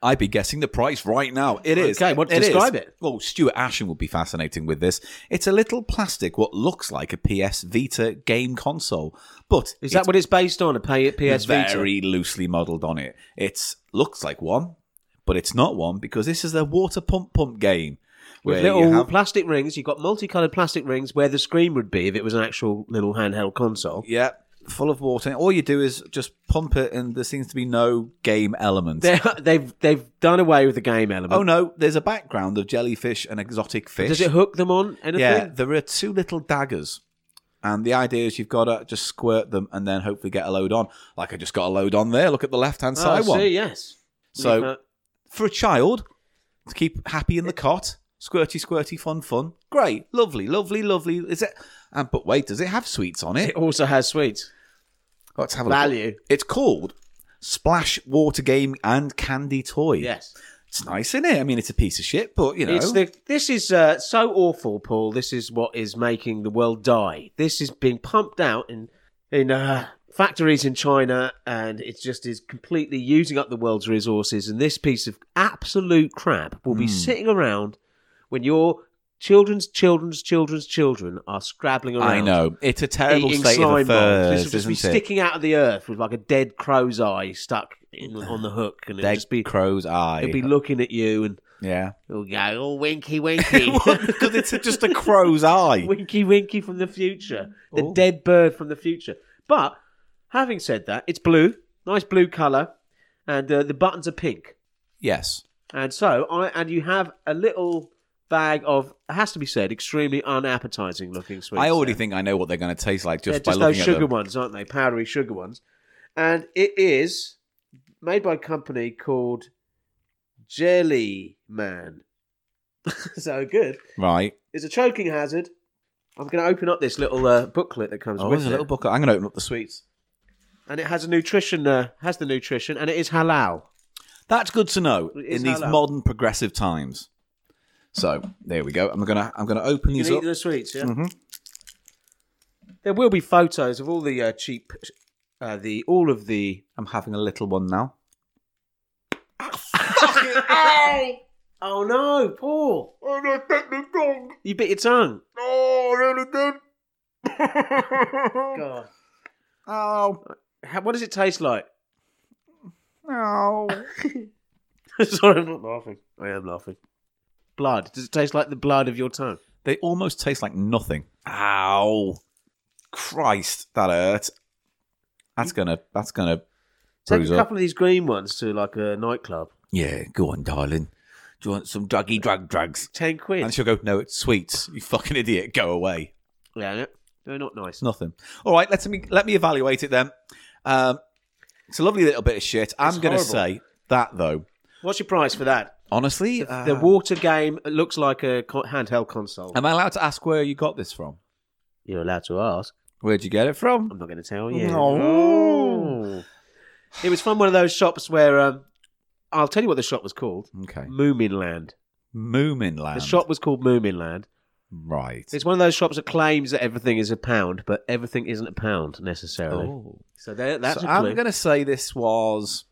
A: I'd be guessing the price right now. It is.
B: Okay, what-
A: is.
B: describe it.
A: Well, Stuart Ashen would be fascinating with this. It's a little plastic, what looks like a PS Vita game console, but
B: Is that what it's based on? A pay PS Vita?
A: very loosely modelled on it. It looks like one, but it's not one because this is a water pump pump game
B: With
A: where
B: little
A: you have
B: plastic rings. You've got multicoloured plastic rings where the screen would be if it was an actual little handheld console.
A: yeah full of water. All you do is just pump it, and there seems to be no game element.
B: They're, they've they've done away with the game element.
A: oh no, there's a background of jellyfish and exotic fish.
B: Does it hook them on anything?
A: Yeah, there are two little daggers. And the idea is you've got to just squirt them and then hopefully get a load on. Like I just got a load on there. Look at the left hand
B: Oh, I
A: side one.
B: see, yes.
A: So-
B: You've, uh,
A: For a child to keep happy in the cot, squirty, squirty, fun, fun. Great, lovely, lovely, lovely. Is it? And but wait, does it have sweets on it?
B: it also has sweets.
A: Let's have a
B: Value.
A: Look. It's called Splash Water Game and Candy Toy.
B: Yes.
A: it's nice, isn't it? I mean, it's a piece of shit, but you know,
B: It's the, this is uh, so awful, Paul. This is what is making the world die. This is being pumped out in in uh, factories in China, and it just is completely using up the world's resources. And this piece of absolute crap
A: Hmm.
B: will be sitting around when your children's children's children's children are scrabbling around.
A: I know it's a terrible
B: eating
A: state
B: slime
A: of
B: balls. This
A: affairs,
B: will just be
A: isn't it?
B: sticking out of the earth with like a dead crow's eye stuck in, on the hook, and it'll
A: Dead
B: just be
A: crow's eye.
B: it'll be looking at you, and
A: yeah.
B: it'll go, "Oh, winky, winky."
A: because it's just a crow's eye.
B: Winky Winky from the future. The
A: Ooh.
B: dead bird from the future. But having said that, it's blue, nice blue colour, and uh, the buttons are pink.
A: Yes.
B: And so, I and you have a little bag of, it has to be said, extremely unappetizing looking sweets.
A: I already
B: there.
A: think I know what they're going to taste like
B: They're
A: just by
B: just
A: looking
B: those
A: at
B: sugar
A: them.
B: ones, aren't they? Powdery sugar ones. And it is made by a company called Jelly Man. so good.
A: Right.
B: It's a choking hazard. I'm going to open up this little uh, booklet that comes
A: Oh,
B: with
A: there's a
B: it.
A: little bucket. I'm going to open up the sweets.
B: and it has a nutrition uh, has the nutrition and it is halal.
A: That's good to know
B: It is
A: in these
B: hello.
A: modern progressive times. So there we go. I'm gonna I'm gonna open
B: You
A: these
B: can eat
A: up.
B: the sweets, yeah.
A: Mhm.
B: There will be photos of all the uh, cheap uh, the all of the
A: I'm having a little one now.
B: Oh no, Paul. You bit your tongue. Oh, really good. God.
A: Oh,
B: How, what does it taste like?
A: oh.
B: Sorry, I'm not laughing. I am laughing. Blood. Does it taste like the blood of your tongue?
A: They almost taste like nothing. Ow. Christ, that hurt. That's gonna that's gonna
B: Take
A: bruise
B: a
A: up.
B: couple of these green ones to like a nightclub.
A: Yeah, go on, darling. Do you want some druggy drug drugs?
B: Ten quid.
A: And she'll go, no, it's sweets. You fucking idiot. Go away.
B: yeah, no, they're not nice.
A: It's nothing. All right, let me let me evaluate it then. Um, it's a lovely little bit of shit. I'm going to
B: horrible.
A: say that though.
B: What's your price for that?
A: Honestly, uh,
B: the water game looks like a co- handheld console.
A: am I allowed to ask where you got this from?
B: You're allowed to ask.
A: Where'd you get it from?
B: I'm not going to tell you.
A: No.
B: Oh. It was from one of those shops where um, I'll tell you what the shop was called.
A: Okay,
B: Moominland.
A: Moominland.
B: The shop was called Moominland,
A: Right.
B: It's one of those shops that claims that everything is a pound, but everything isn't a pound necessarily. Oh. So there, that's
A: Oh. so
B: a
A: I'm
B: clue.
A: going to say this was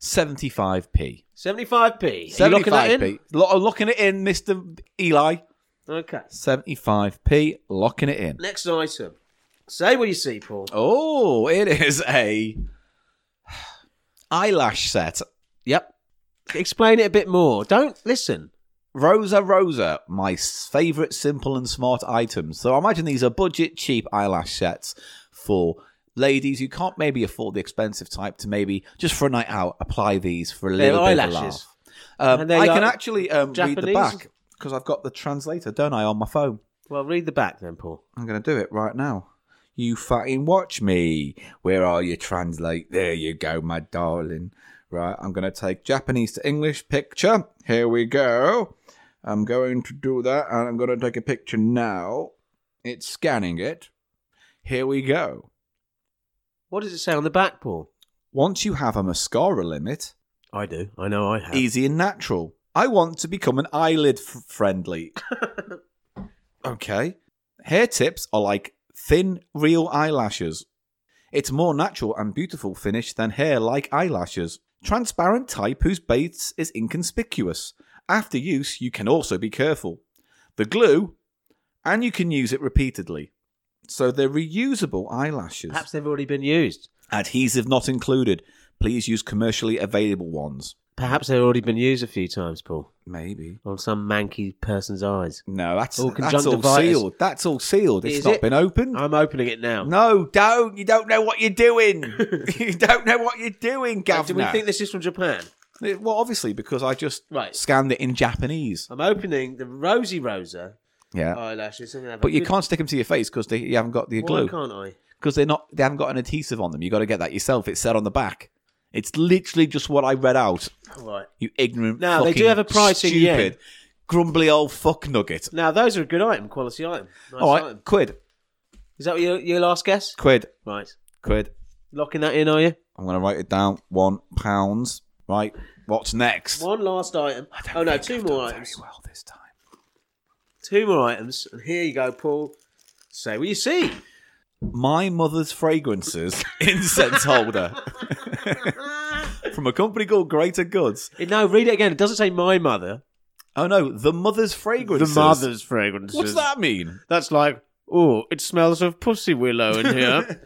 A: 75p.
B: 75p. Are you locking that in?
A: 75p. Lo- locking it in, Mr. Eli.
B: Okay.
A: 75p. Locking it in.
B: Next item. Say what you see, Paul.
A: Oh, it is a eyelash set.
B: Yep. Explain it a bit more. Don't listen.
A: Rosa Rosa, my favorite simple and smart items. So I imagine these are budget cheap eyelash sets for ladies who can't maybe afford the expensive type to maybe just for a night out apply these for a
B: They're
A: little bit of a
B: eyelashes.
A: laugh. Um,
B: And they
A: I can
B: are
A: actually um, read the
B: Japanese?
A: back because I've got the translator, don't I, on my phone.
B: Well, read the back then, Paul.
A: I'm going to do it right now. You fucking watch me. Where are you, translate? There you go, my darling. Right, I'm going to take Japanese to English picture. Here we go. I'm going to do that and I'm going to take a picture now. It's scanning it. Here we go.
B: What does it say on the back, Paul?
A: Once you have a mascara limit,
B: I do. I know I have.
A: easy and natural. I want to become an eyelid f- friendly. okay. Hair tips are like thin, real eyelashes. It's more natural and beautiful finish than hair like eyelashes. Transparent type whose base is inconspicuous. After use, you can also be careful. The glue, and you can use it repeatedly. So they're reusable eyelashes.
B: Perhaps they've already been used.
A: Adhesive not included. Please use commercially available ones.
B: Perhaps they've already been used a few times, Paul,
A: Maybe.
B: on some manky person's eyes.
A: No, that's
B: Or
A: that's all
B: conjunctivitis.
A: sealed. That's all sealed. It's
B: Is
A: not
B: it? Oh.
A: been opened.
B: I'm opening it now.
A: no, don't. You don't know what you're doing. you don't know what you're doing,
B: Uh,
A: Governor.
B: do we think this is from Japan?
A: It- well, obviously, because I just
B: Right. Oh.
A: scanned it in Japanese.
B: I'm opening the Rosy Rosa
A: Yeah,
B: eyelashes. I'm gonna have a
A: but you
B: Oh, good-
A: can't stick them to your face because you haven't got the
B: Why
A: glue
B: can't I?
A: because they're not. They haven't got an adhesive on them. You got to get that yourself. It's said on the back. It's literally just what I read out.
B: All right.
A: You ignorant.
B: Now, they do
A: fucking
B: have a price in yen.
A: Stupid, grumbly old fuck nugget.
B: Now those are a good item, quality item. Nice
A: All right,
B: item.
A: quid,
B: Is that your your last guess?
A: quid,
B: Right.
A: quid.
B: Locking that in, are you?
A: I'm gonna write it down. One pounds. Right. What's next?
B: One last item. Oh no, two more items.
A: well this time.
B: Two more items. And here you go, Paul. Say what you see.
A: My mother's fragrances incense holder from a company called Greater Goods.
B: No, read it again. It doesn't say my mother.
A: Oh no, the mother's fragrances.
B: fragrances.
A: What's that mean?
B: That's like, oh, it smells of pussy willow in here.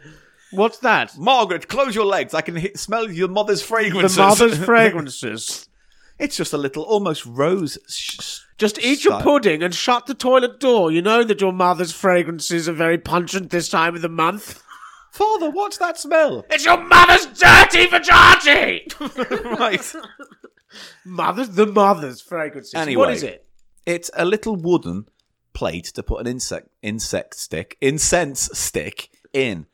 B: What's that?
A: Margaret, close your legs. I can hit, smell your mother's fragrances.
B: fragrances.
A: it's just a little, almost rose. Sh- sh-
B: Just eat your
A: Style.
B: pudding and shut the toilet door. You know that your mother's fragrances are very pungent this time of the month.
A: Father, what's that smell?
K: It's your mother's dirty vajati!
A: right.
B: Mother's the mother's fragrances. what
A: Anyway.
B: is it?
A: It's a little wooden plate to put an insect insect stick incense stick in,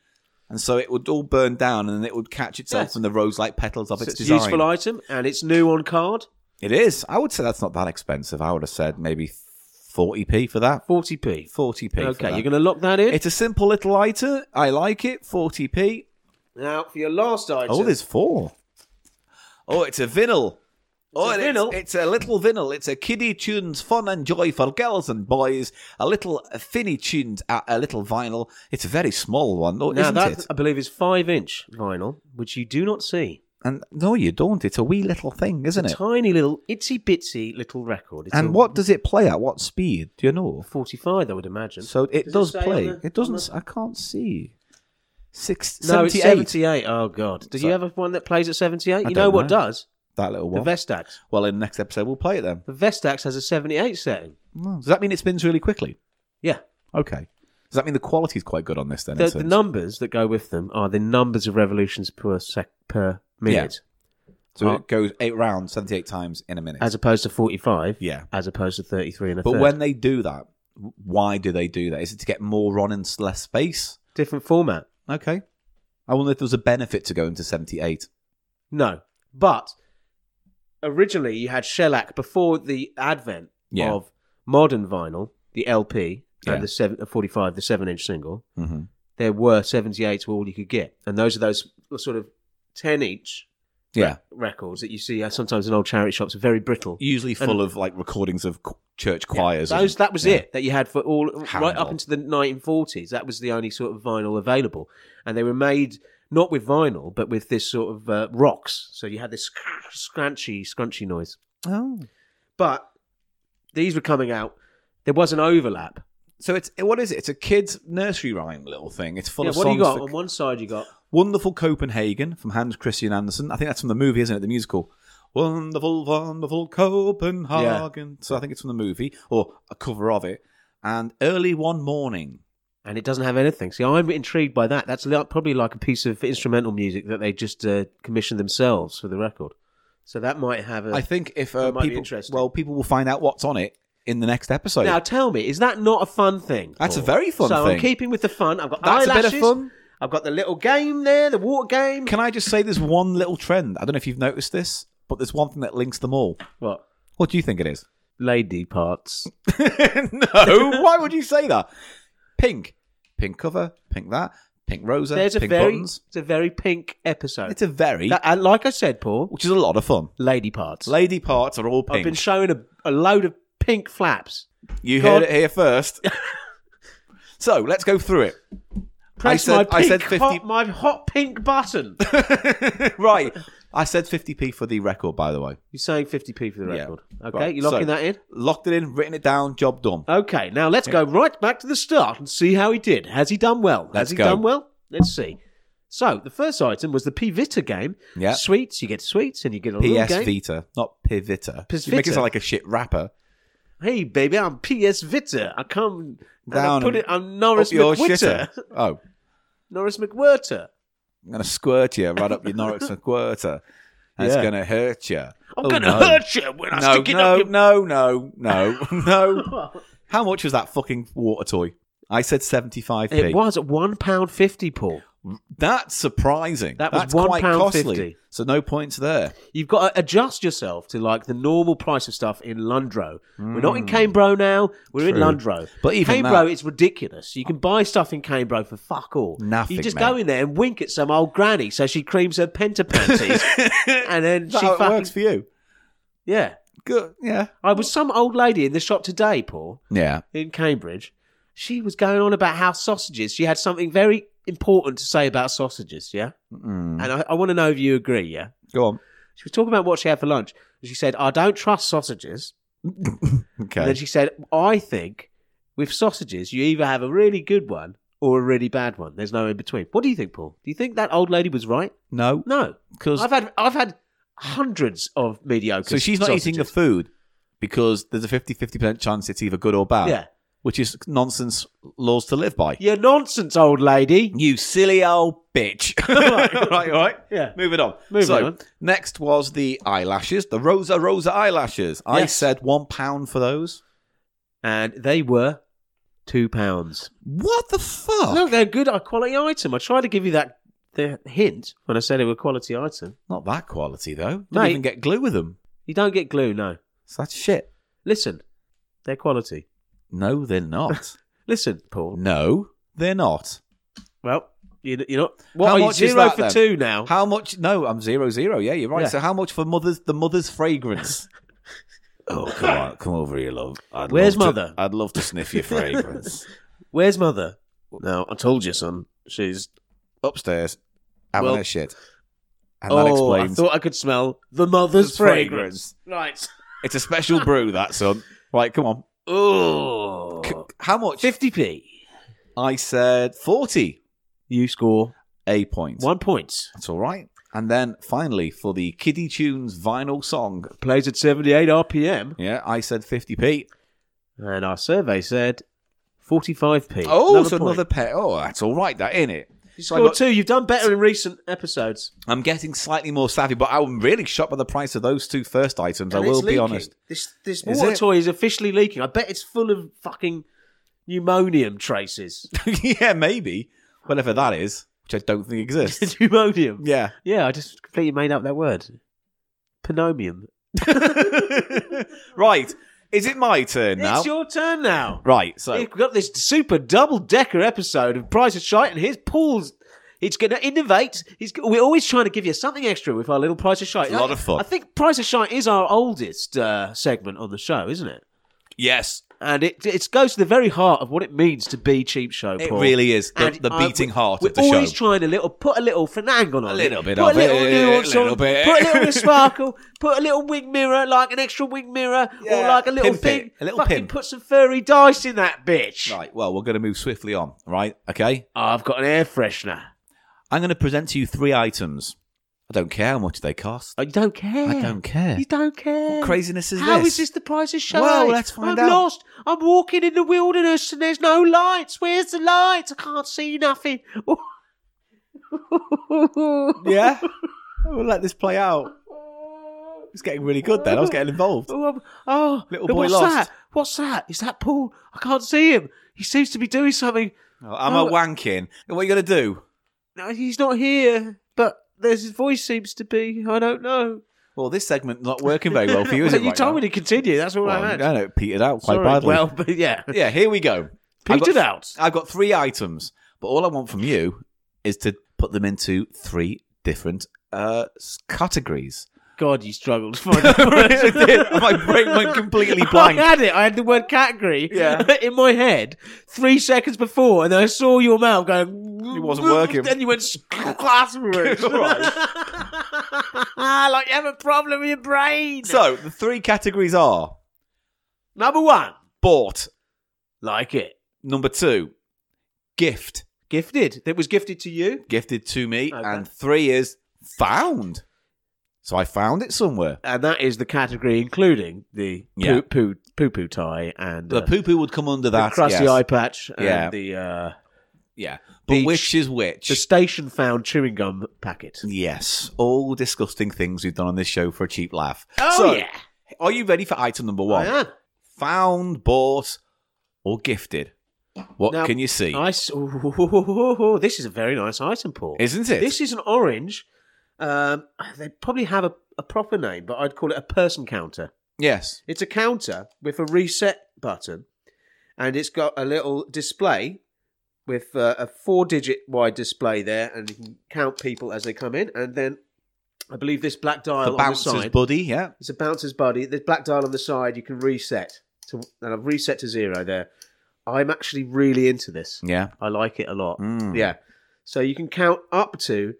A: and so it would all burn down, and it would catch itself
B: Yes.
A: in the rose-like petals of its,
B: It's a
A: design.
B: useful item, and it's new on card.
A: it is. I would say that's not that expensive. I would have said maybe forty p for that.
B: 40p.
A: Forty p.
B: Okay, you're going to lock that in.
A: It's a simple little item. I like it. Forty p.
B: now, for your last item.
A: Oh, there's four. Oh, it's a vinyl. Oh,
B: a
A: and it's,
B: vinyl?
A: it's a little vinyl. It's a kiddie tunes fun and joy for girls and boys. A little finny tuned, uh, a little vinyl. It's a very small one, though,
B: now
A: isn't
B: that
A: it?
B: I believe is five inch vinyl, which you do not see.
A: And no, you don't. It's a wee little thing, isn't it?
B: Tiny little itsy bitsy little record. It's a
A: And what does it play at? What speed? Do you know?
B: forty-five? I would imagine.
A: So it
B: it
A: does
B: say on
A: play.
B: the-
A: it doesn't. I can't see. Six,
B: no,
A: 78.
B: it's seventy-eight. Oh God! Do
A: So-
B: you have a one that plays at seventy-eight?
A: I
B: You know
A: don't
B: what
A: know.
B: does?
A: That little one.
B: The Vestax.
A: well, in the next episode, we'll play it then.
B: The Vestax has a seventy-eight setting.
A: Mm. Does that mean it spins really quickly?
B: Yeah.
A: Okay. Does that mean the quality's quite good on this then? in
B: The, the
A: terms-
B: numbers that go with them are the numbers of revolutions per sec per minute,
A: So
B: Oh.
A: it goes eight rounds, 78 times in a minute.
B: as opposed to forty-five.
A: Yeah.
B: As opposed to thirty-three and a
A: but
B: third.
A: when they do that, w- why do they do that? Is it to get more on in s- less space?
B: different format.
A: Okay. I wonder if there was a benefit to going to 78.
B: No, but originally you had shellac before the advent
A: Yeah.
B: of modern vinyl, the LP
A: Yeah.
B: and the seven, uh, 45, the seven-inch single.
A: Mm-hmm.
B: There were 78s were all you could get, and those are those sort of 10 each
A: Yeah.
B: records that you see uh, sometimes in old charity shops are very brittle.
A: Usually full of like recordings of qu- church choirs.
B: Those,
A: and-
B: that was
A: yeah.
B: it that you had for all right
A: Handle.
B: up into the 1940s. That was the only sort of vinyl available, and they were made not with vinyl but with this sort of uh, rocks. So you had this scrunchy, scrunchy noise.
A: Oh.
B: But these were coming out. There was an overlap.
A: So it's what is it? It's a kids' nursery rhyme little thing. It's full
B: Yeah,
A: of
B: what do
A: songs.
B: you got?
A: for-
B: On one side, you got
A: Wonderful Copenhagen from Hans Christian Andersen. I think that's from the movie, isn't it? The musical. Wonderful, wonderful Copenhagen. So I think it's from the movie or a cover of it. And early one morning.
B: and it doesn't have anything. See, I'm intrigued by that. That's li- probably like a piece of instrumental music that they just uh, commissioned themselves for the record. So that might have a.
A: I think if uh,
B: That might be
A: people,
B: interesting.
A: well, people will find out what's on it in the next episode.
B: now tell me, is that not a fun thing?
A: That's a
B: Paul?
A: very fun
B: so I'm
A: thing.
B: keeping with the fun. I've got
A: That's a bit of
B: eyelashes.
A: fun.
B: I've got the little game there, the water game.
A: Can I just say there's one little trend? I don't know if you've noticed this, but there's one thing that links them all.
B: What
A: What do you think it is?
B: lady parts?
A: no, why would you say that? Pink, pink cover, pink that, pink rosa,
B: There's a
A: pink
B: very,
A: buttons.
B: it's a very pink episode.
A: It's a very,
B: That- and like I said, Paul,
A: which is a lot of fun.
B: lady parts.
A: Lady parts are all
B: I've
A: pink.
B: been showing a, a load of pink flaps.
A: you
B: God.
A: heard it here first. so let's go through it.
B: Press
A: said-
B: my
A: I
B: pink
A: said 50
B: hot, my hot pink button.
A: right, I said 50p for the record, by the way.
B: You're saying 50p for the
A: Yeah.
B: record. Okay,
A: Right,
B: you're locking
A: so-
B: that in?
A: Locked it in, written it down, job done.
B: Okay, now let's go right back to the start and see how he did. Has he done well? Has
A: Let's
B: he
A: go.
B: done well? Let's see. So, the first item was the P Vita game.
A: Yeah.
B: Sweets, you get sweets and you get a little
A: PS
B: game.
A: Vita, not Pivita.
B: Piz
A: You make it
B: Vita.
A: sound like a shit rapper.
B: Hey, baby, I'm PS Vita. I come
A: Down
B: and I
A: and
B: put it on Norris
A: up your
B: McWhirter.
A: shitter. Oh,
B: Norris McWhirter.
A: I'm going to squirt you right up your Norwich McWhirter. And It's
B: Yeah.
A: going to hurt you. I'm
K: gonna hurt you when I
A: Oh, no,
K: stick it
A: no,
K: up your
A: no, no, no, no. How much was that fucking water toy? I said
B: It
A: 75p.
B: was at £1.50, Paul.
A: That's surprising.
B: That was
A: That's quite
B: £1.50.
A: costly. So no points there.
B: You've got to adjust yourself to like the normal price of stuff in Lundro. We're not in Cambro now. We're in
A: Hmm. True.
B: Lundro.
A: But even
B: Cambro,
A: that-
B: it's ridiculous. You can buy stuff in Cambro for fuck all.
A: Nothing,
B: You just
A: mate.
B: go in there and wink at some old granny so she creams her penta panties, and then
A: Is that
B: she
A: how it
B: fucking
A: works for you?
B: yeah.
A: Good. Yeah.
B: I was some old lady in the shop today, Paul,
A: Yeah.
B: in Cambridge. She was going on about how sausages. She had something very important to say about sausages. Yeah,
A: Hmm.
B: and I, I want to know if you agree. Yeah.
A: Mm. Go on.
B: She was talking about what she had for lunch. and She said, I don't trust sausages.
A: Okay.
B: And then she said, I think with sausages, you either have a really good one or a really bad one. There's no in between. What do you think, Paul? Do you think that old lady was right?
A: no.
B: No.
A: 'Cause-
B: I've had I've had hundreds of mediocre
A: So she's not eating the
B: sausages.
A: food because there's a 50 50% chance it's either good or bad.
B: Yeah.
A: Which is nonsense laws to live by.
B: You're nonsense, old lady.
A: You silly old bitch. right, all right, all right.
B: Yeah.
A: Moving on.
B: Moving
A: so,
B: on.
A: next was the eyelashes, the Rosa Rosa eyelashes. I
B: Yes.
A: said one pound for those.
B: And they were two pounds.
A: What the fuck?
B: No, they're a good uh, quality item. I tried to give you that the hint when I said they were a quality item.
A: Not that quality, though. Didn't
B: Mate.
A: even get glue with them.
B: You don't get glue, no.
A: So that's shit.
B: Listen, they're quality.
A: No, they're not.
B: Listen, Paul.
A: no, they're not.
B: Well, you, you know what?
A: How
B: are you
A: much
B: zero
A: is that,
B: for
A: then?
B: two now?
A: How much? No, I'm zero zero. Yeah, you're right.
B: Yeah.
A: So how much for mother's the mother's fragrance? oh come on, come over here, love. I'd
B: Where's
A: love to-
B: mother?
A: I'd love to sniff your fragrance.
B: Where's mother? No, I told you, son. She's.
A: Upstairs, having
B: Well-
A: a shit, and that
B: Oh, I
A: explains
B: thought I could smell the mother's fragrance. Right.
A: It's a special brew, that son. Right, come on.
B: Oh.
A: How much?
B: 50p.
A: I said forty.
B: You score
A: A point.
B: one point.
A: That's all right. And then finally for the Kiddie Tunes vinyl song.
B: Plays at 78 RPM.
A: Yeah, I said fifty p.
B: And our survey said 45p.
A: Oh,
B: another
A: so
B: point.
A: another pair. Oh, that's all right. That in it.
B: You scored two. You've done better in recent episodes.
A: I'm getting slightly more savvy, but I'm really shocked by the price of those two first items.
B: And
A: I will
B: it's
A: be
B: leaking.
A: honest.
B: This, this
A: Is
B: water
A: it?
B: toy is officially leaking. I bet it's full of fucking pneumonium traces.
A: yeah, maybe whatever that is, which I don't think exists.
B: pneumonium.
A: yeah,
B: Yeah, I just completely made up that word. Panomium.
A: right. Is it my turn now?
B: It's your turn now.
A: right. So
B: We've got this super double decker episode of Price of Shite, and here's Paul's. It's going to innovate. It's, we're always trying to give you something extra with our little Price of Shite.
A: It's a lot of fun.
B: I think Price of Shite is our oldest uh, segment on the show, isn't it?
A: Yes,
B: And it, it goes to the very heart of what it means to be cheap show.
A: it
B: Paul.
A: really is the,
B: And
A: the
B: I-
A: beating heart
B: we're
A: of the
B: always
A: show.
B: trying to little put a little finagle on a
A: little bit
B: put
A: of
B: a little
A: it, eh,
B: nuance
A: little
B: on,
A: bit.
B: put a little bit of sparkle, put a little wing mirror, like an extra wing mirror, or
A: Yeah,
B: like a little
A: pimp
B: thing.
A: it, a little
B: Fucking
A: pimp.
B: put some furry dice in that bitch. Oh,
A: Right, well, we're going to move swiftly on, right? Okay.
B: I've got an air freshener.
A: I'm going to present to you three items. I don't care how much they cost.
B: I don't care.
A: I don't care.
B: You don't care.
A: What craziness is
B: How
A: this?
B: is this the price of show?
A: Well, let's find
B: I'm
A: out.
B: lost. I'm walking in the wilderness and there's no lights. Where's the lights? I can't see nothing. oh,
A: Yeah? We'll let this play out. It's getting really good then. I was getting involved.
B: I'm- oh,
A: Little
B: look,
A: boy
B: what's
A: lost.
B: that? What's that? Is that Paul? I can't see him. He seems to be doing something.
A: I'm a wanking. What are you going to do?
B: No, he's not here, but there's his voice seems to be. I don't know.
A: Well, this segment's not working very well for you, is
B: Well,
A: it?
B: you
A: right
B: told
A: now?
B: me to continue. That's all I
A: Well,
B: had.
A: no, no, it petered out quite
B: Sorry.
A: badly.
B: Well, but yeah,
A: yeah, here we go. I've got-
B: petered out.
A: I've got three items, but all I want from you is to put them into three different uh, s- categories.
B: God, you struggled to find
A: I
B: the word.
A: really did. My brain went completely blank.
B: I had it. I had the word category
A: Yeah.
B: in my head three seconds before, and then I saw your mouth going.
A: It wasn't working.
B: Then you went classroom. like you have a problem with your brain.
A: So the three categories are
B: number one,
A: bought,
B: like it,
A: number two, gift,
B: gifted. That was gifted to you.
A: gifted to me,
B: Okay.
A: and three is found. So I found it somewhere.
B: And that is the category including the
A: Yeah.
B: poo poo poo poo tie and
A: The
B: uh,
A: poo poo would come under
B: the
A: that.
B: crusty
A: yes.
B: eye patch and
A: Yeah.
B: the uh,
A: Yeah. But
B: Beach.
A: which is which?
B: the station found chewing gum packet.
A: yes. All disgusting things we've done on this show for a cheap laugh.
B: Oh
A: so,
B: yeah,
A: Are you ready for item number one?
B: I am.
A: Found, bought, or gifted? What
B: Now,
A: can you see?
B: I s- ooh, this is a very nice item, Paul.
A: Isn't it?
B: This is an orange. Um, they probably have a, a proper name, but I'd call it a person counter.
A: yes.
B: It's a counter with a reset button, and it's got a little display with uh, a four-digit wide display there, and you can count people as they come in, and then I believe this black dial
A: The
B: on the
A: bouncer's
B: side.
A: buddy, yeah.
B: It's a bouncer's buddy. There's black dial on the side. You can reset to, and I've reset to zero there. I'm actually really into this.
A: Yeah.
B: I like it a lot.
A: Mm.
B: Yeah. So you can count up to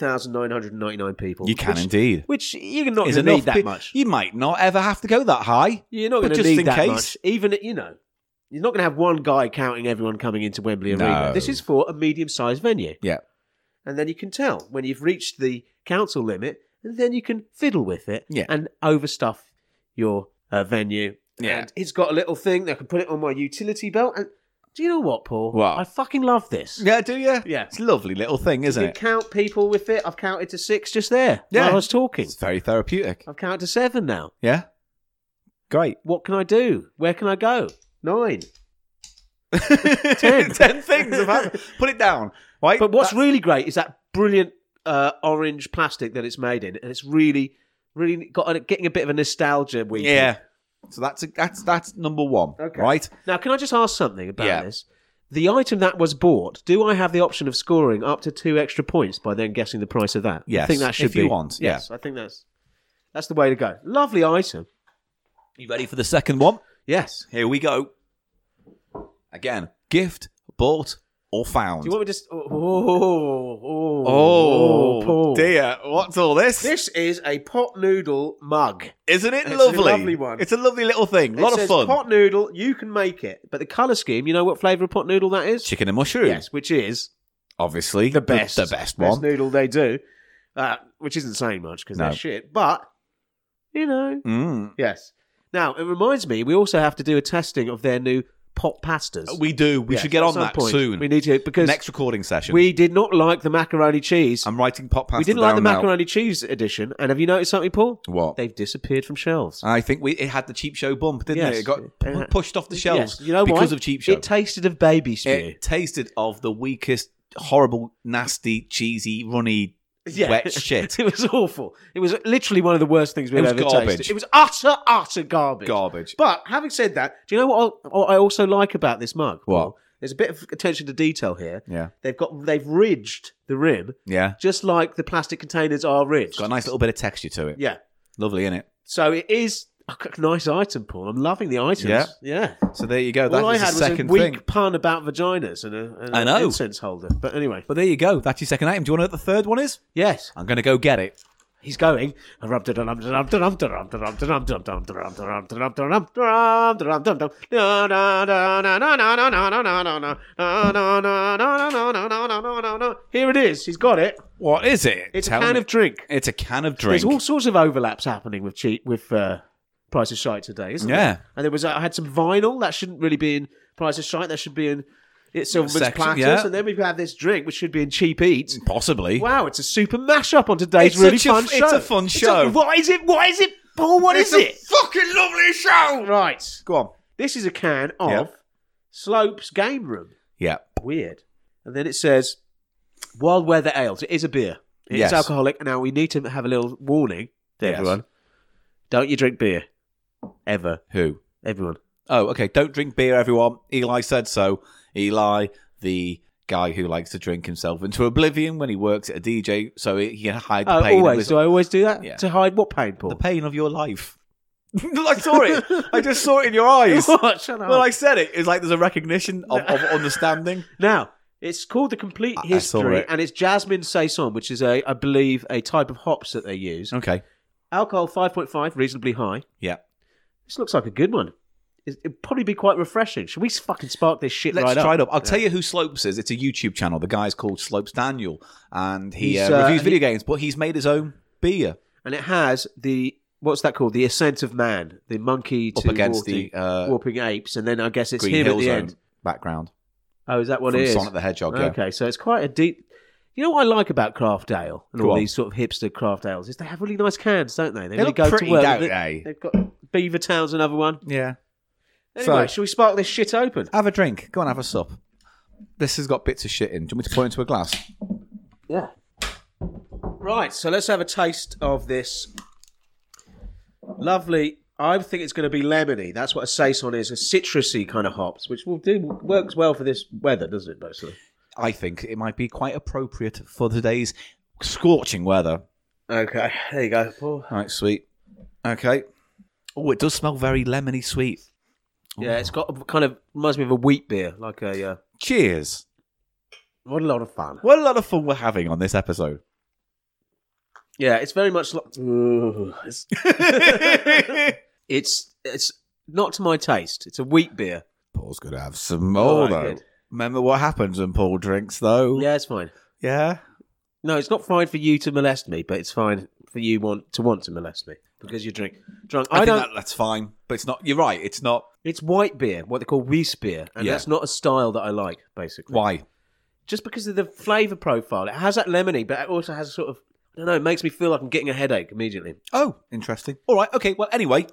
B: 9,999 people.
A: You can
B: which,
A: indeed.
B: Which you're not
A: Is
B: going to
A: enough
B: need that
A: pe-
B: much.
A: You might not ever have to go that high.
B: You're not
A: but
B: going to
A: just
B: need
A: in
B: that
A: case.
B: much. Even, you know, you're not going to have one guy counting everyone coming into Wembley Arena.
A: No.
B: This is for a medium-sized venue.
A: Yeah.
B: And then you can tell when you've reached the council limit, and then you can fiddle with it
A: Yeah.
B: and overstuff your uh, venue.
A: Yeah.
B: And it's got a little thing that I can put it on my utility belt. And do you know what, Paul?
A: What?
B: I fucking love this.
A: Yeah, do you?
B: Yeah.
A: It's a lovely little thing, isn't
B: You
A: it?
B: count people with it. I've counted to six just there
A: Yeah.
B: while I was talking.
A: It's very therapeutic.
B: I've counted to seven now.
A: Yeah. Great.
B: What can I do? Where can I go? Nine.
A: Ten. things have happened. Put it down. Right?
B: But what's
A: That-
B: really great is that brilliant uh, orange plastic that it's made in, and it's really, really got getting a bit of a nostalgia. Week.
A: Yeah. So that's a, that's that's number one.
B: Okay.
A: Right?
B: Now, can I just ask something about
A: Yeah.
B: this? The item that was bought. Do I have the option of scoring up to two extra points by then guessing the price of that? I
A: Yes,
B: think that should
A: if
B: be.
A: you want, yeah.
B: Yes, I think that's that's the way to go. Lovely item.
A: You ready for the second one?
B: Yes.
A: Here we go. Again, gift, bought, or found.
B: Do you want me to? s- Oh, oh, oh,
A: oh,
B: Paul.
A: dear. What's all this?
B: This is a pot noodle mug.
A: Isn't it
B: It's a
A: lovely?
B: lovely one.
A: It's a lovely little thing. A lot
B: it
A: of
B: says,
A: fun.
B: Pot noodle, you can make it, but the color scheme. You know what flavor of pot noodle that is?
A: Chicken and mushroom.
B: Yes, which is
A: Obviously.
B: the best,
A: The, best one.
B: noodle they do. Uh, which isn't saying much because
A: No.
B: they're shit, but you know,
A: Mm.
B: yes. Now it reminds me, we also have to do a testing of their new pot pastas.
A: We do. We
B: Yes,
A: should get
B: at
A: on
B: some
A: that
B: point.
A: soon.
B: We need to because
A: Next recording session.
B: we did not like the macaroni cheese.
A: I'm writing pop pasta
B: we didn't like the
A: down now.
B: macaroni cheese edition, and have you noticed something, Paul?
A: What?
B: They've disappeared from shelves.
A: I think we it had the cheap show bump, didn't
B: Yes.
A: it? It got
B: Uh,
A: p- pushed off the shelves
B: Yes, you know
A: because
B: why?
A: of cheap show.
B: It tasted of baby spew.
A: It tasted of the weakest, horrible, nasty, cheesy, runny, wet shit.
B: it was awful. It was literally one of the worst things we've
A: It was
B: ever tasted.
A: garbage.
B: It was utter, utter garbage.
A: Garbage.
B: But having said that, do you know what, I- what I also like about this mug?
A: What?
B: Paul? There's a bit of attention to detail here.
A: Yeah.
B: They've got they've ridged the rim
A: Yeah.
B: just like the plastic containers are ridged.
A: Got a nice little bit of texture to it.
B: Yeah.
A: Lovely, innit?
B: So it is a c- nice item, Paul. I'm loving the items.
A: Yeah.
B: Yeah.
A: So there you go. That
B: All I
A: was the
B: had was a
A: second
B: weak
A: thing.
B: pun about vaginas and, a, and
A: I
B: an
A: know.
B: incense holder. But anyway,
A: But there you go. That's your second item. Do you want to know what the third one is?
B: yes,
A: I'm going to go get it.
B: he's going. Here it is. He's got it.
A: What is it?
B: It's
A: Tell
B: a can
A: me.
B: of drink.
A: It's a can of drink.
B: There's all sorts of overlaps happening with cheap with uh, Price of Shite today, isn't
A: Yeah.
B: there? And there was uh, I had some vinyl that shouldn't really be in Price of Shite. That should be in it's Silverman's
A: Section,
B: platters.
A: yeah.
B: And then we've had this drink, which should be in Cheap Eats.
A: Possibly.
B: Wow, it's a super mashup on today's
A: It's
B: really
A: such a-
B: fun
A: it's
B: show.
A: a fun show.
B: what is it? What is it, Paul? What is it?
L: Fucking lovely show.
B: Right.
A: Go on.
B: This is a can of
A: Yeah.
B: Slopes Game Room.
A: Yeah.
B: Weird. And then it says Wild Weather Ales. It is a beer. It's
A: Yes.
B: alcoholic. Now we need to have a little warning to
A: Yes.
B: everyone. Don't you drink beer. Ever.
A: Who?
B: Everyone.
A: Oh, okay. Don't drink beer, everyone. Eli said so. Eli, the guy who likes to drink himself into oblivion when he works at a DJ, so he can hide the
B: Oh,
A: pain. of
B: always.
A: his-
B: Do I always do that?
A: Yeah.
B: To hide what pain,
A: the
B: Paul?
A: pain of your life. I saw it. I just saw it in your eyes.
B: What? Shut up.
A: When I said it, it's like there's a recognition of, of understanding.
B: Now, it's called The Complete
A: I- I saw
B: History,
A: it.
B: and it's Jasmine Saison, which is, a, I believe, a type of hops that they use.
A: Okay.
B: Alcohol 5.5, reasonably high.
A: Yeah.
B: This looks like a good one. It- It'd probably be quite refreshing. Should we fucking spark this shit
A: Let's
B: right
A: try
B: up?
A: it up. I'll tell you who Slopes is. It's a YouTube channel. The guy's called Slopes Daniel, and he
B: He's,
A: uh,
B: uh,
A: reviews
B: he-
A: video games, but he's made his own beer
B: and it has the what's that called? The ascent of man, the monkey
A: up
B: to
A: against
B: warping,
A: the uh,
B: warping apes, and then I guess it's
A: Green
B: him
A: Hill
B: at the
A: Zone
B: end.
A: background
B: Oh, is that what
A: from
B: it is?
A: Sonic the Hedgehog. Yeah.
B: Okay, so it's quite a deep. You know what I like about craft ale and
A: Go
B: all
A: on.
B: these sort of hipster craft ales is they have really nice cans, don't they? They, really
A: look
B: go
A: pretty,
B: to work.
A: don't
B: They-
A: they?
B: They've got Beaver Town's another one.
A: Yeah.
B: Anyway,
A: So-
B: shall we spark this shit open?
A: Have a drink. Go on, have a sup. This has got bits of shit in. Do you want me to pour it into a glass?
B: Yeah. Right, so let's have a taste of this lovely. I think it's going to be lemony. That's what a saison is—a citrusy kind of hops, which will do works well for this weather, doesn't it? Basically.
A: I think it might be quite appropriate for today's scorching weather.
B: Okay, there you go. Paul.
A: All right, sweet. Okay. Oh, it does smell very lemony sweet.
B: Yeah, it's got a kind of reminds me of a wheat beer, like a. Uh,
A: Cheers.
B: what a lot of fun!
A: What a lot of fun we're having on this episode.
B: Yeah, it's very much like. Ooh, it's, it's it's not to my taste. It's a wheat beer.
A: Paul's going to have some more,
B: Alright,
A: though.
B: good.
A: Remember what happens when Paul drinks, though?
B: Yeah, it's fine.
A: Yeah?
B: No, it's not fine for you to molest me, but it's fine for you want to want to molest me because you drink drunk. I,
A: think
B: don't.
A: that- that's fine, but it's not. You're right. It's not.
B: It's white beer, what they call Weiss beer, and
A: Yeah.
B: that's not a style that I like. Basically,
A: Why?
B: just because of the flavour profile, it has that lemony, but it also has sort of I don't know. It makes me feel like I'm getting a headache immediately.
A: Oh, interesting. All right. Okay. Well, anyway,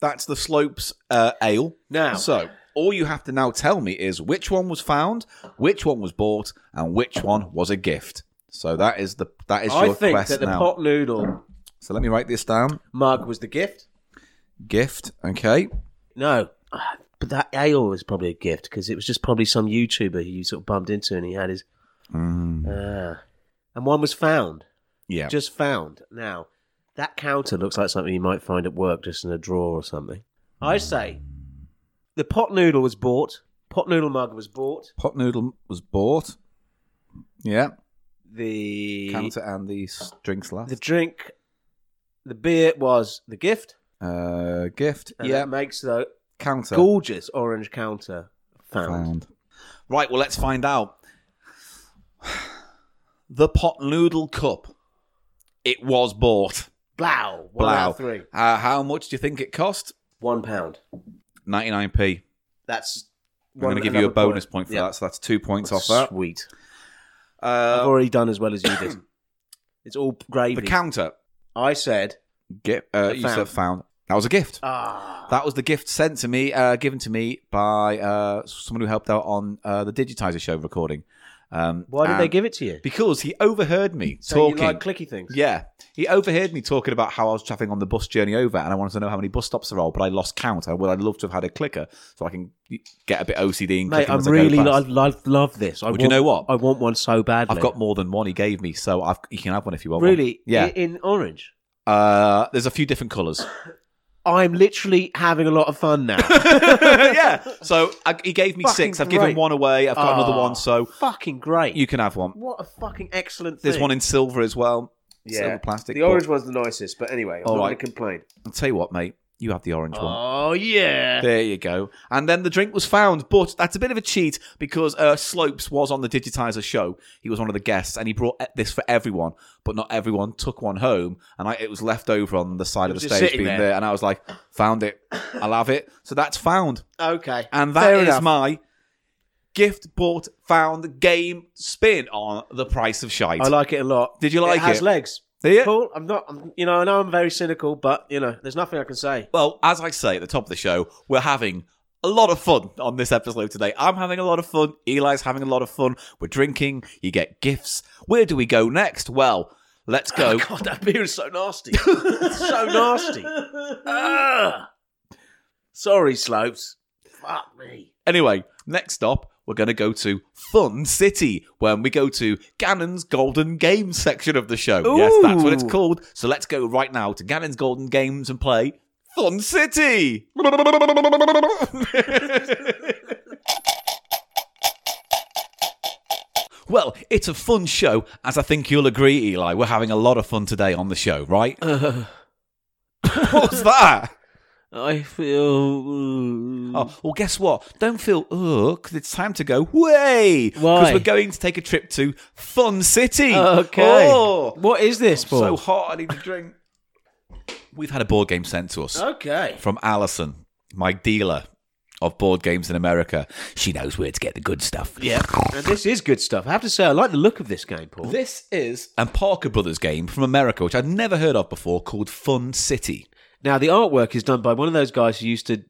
A: that's the Slopes uh, Ale.
B: Now,
A: So, all you have to now tell me is which one was found, which one was bought, and which one was a gift. So that is the that is
B: I
A: your
B: think
A: quest
B: that the
A: now.
B: pot noodle
A: so let me write this down.
B: mug was the gift.
A: Gift. Okay.
B: No. But that ale was probably a gift because it was just probably some YouTuber who you sort of bumped into and he had his. Ah. and one was found.
A: Mm, Yeah.
B: Just found. Now, that counter looks like something you might find at work just in a drawer or something. I
A: Hmm.
B: say the pot noodle was bought, pot noodle mug was bought,
A: pot noodle was bought. Yeah.
B: the
A: Counter and the s- drinks
B: the
A: last.
B: drink, the beer was the gift.
A: Uh, gift.
B: And
A: yeah.
B: That makes the
A: Counter.
B: gorgeous orange counter found.
A: Found. Right. Well, let's find out. The pot noodle cup. It was bought.
B: Blow. One out
A: Blow.
B: of three.
A: Uh, how much do you think it cost?
B: One pound.
A: 99p.
B: That's.
A: I'm going to give you a bonus point, for that, so that's two points off that.
B: Sweet. I've
A: Uh,
B: already done as well as you did. it's all gravy.
A: the counter.
B: I said,
A: Get, uh,
B: The
A: you said
B: found.
A: found. That was a gift.
B: ah,
A: that was the gift sent to me, uh, given to me by uh, someone who helped out on uh, the Digitizer show recording. Um,
B: Why did
A: and-
B: they give it to you?
A: Because he overheard me
B: So you
A: talking.
B: like clicky things.
A: yeah, he overheard me talking about how I was traveling on the bus journey over, and I wanted to know how many bus stops there are, but I lost count. I would, I'd love to have had a clicker so I can get a bit OCD and click
B: Mate,
A: them
B: I'm
A: as I go
B: really, I,
A: past.
B: I love this. I
A: Would
B: want,
A: you know what?
B: I want one so badly.
A: I've got more than one he gave me, so I've, you can have one if you want. one.
B: really
A: Yeah.
B: i- in orange.
A: uh, there's a few different colours.
B: I'm literally having a lot of fun now.
A: yeah. So I, he gave me
B: Fucking
A: six. I've given
B: great.
A: one away. I've got another
B: Ah,
A: one, so
B: fucking great.
A: you can have one.
B: what a fucking excellent thing.
A: There's one in silver as well. Silver plastic. but-
B: one's the nicest, but anyway, I'm
A: All right.
B: gonna complain.
A: I'll tell you what, mate. You have the orange one.
B: Oh yeah.
A: There you go. And then the drink was found, but that's a bit of a cheat because uh, Slopes was on the Digitizer show. He was one of the guests, and he brought e- this for everyone, but not everyone took one home. And I, it was left over on the side of
B: was
A: the
B: just
A: stage
B: sitting
A: being
B: there.
A: there. And I was like, found it. I'll have it. So that's found.
B: Okay.
A: And that is
B: Fair enough.
A: my gift bought found game spin on the price of shite.
B: I like it a lot.
A: Did you like
B: It has
A: it?
B: legs.
A: See it?
B: Paul, I'm not. I'm, you know, I know I'm very cynical, but you know, there's nothing I can say.
A: Well, as I say at the top of the show, we're having a lot of fun on this episode today. I'm having a lot of fun. Eli's having a lot of fun. We're drinking. You get gifts. Where do we go next? Well, let's go.
B: Oh, God, that beer is so nasty. It's so nasty. Ugh. Sorry, Slopes.
K: Fuck me.
A: Anyway, next stop, we're going to go to Fun City when we go to Gannon's Golden Games section of the show. Yes, that's what it's
B: Ooh.
A: called. So let's go right now to Gannon's Golden Games and play Fun City. Well, it's a fun show, as I think you'll agree, Eli. We're having a lot of fun today on the show, right?
B: Uh.
A: What's that?
B: I mm, feel.
A: Oh, well, guess what? Don't feel, oh, because it's time to go way. Because
B: Why?
A: we're going to take a trip to Fun City.
B: Okay.
A: Oh,
B: What is this, Paul?
A: so hot. I need a drink. We've had a board game sent to us
B: okay.
A: from Alison, my dealer of board games in America.
L: She knows where to get the good stuff.
B: Yeah. And this is good stuff. I have to say, I like the look of this game, Paul.
A: This is a Parker Brothers game from America, which I'd never heard of before, called Fun City.
B: Now, the artwork is done by one of those guys who used to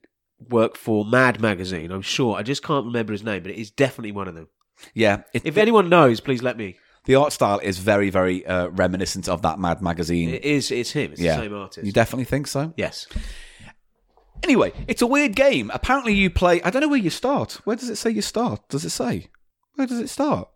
B: work for Mad Magazine, I'm sure. I just can't remember his name, but it is definitely one of them.
A: Yeah, it,
B: If anyone knows, please let me.
A: the art style is very, very uh, reminiscent of that Mad magazine.
B: It is. It's him. It's
A: yeah,
B: the same artist.
A: you definitely think so.
B: yes.
A: Anyway, it's a weird game. Apparently, you play. I don't know where you start. Where does it say you start? Does it say? Where does it start?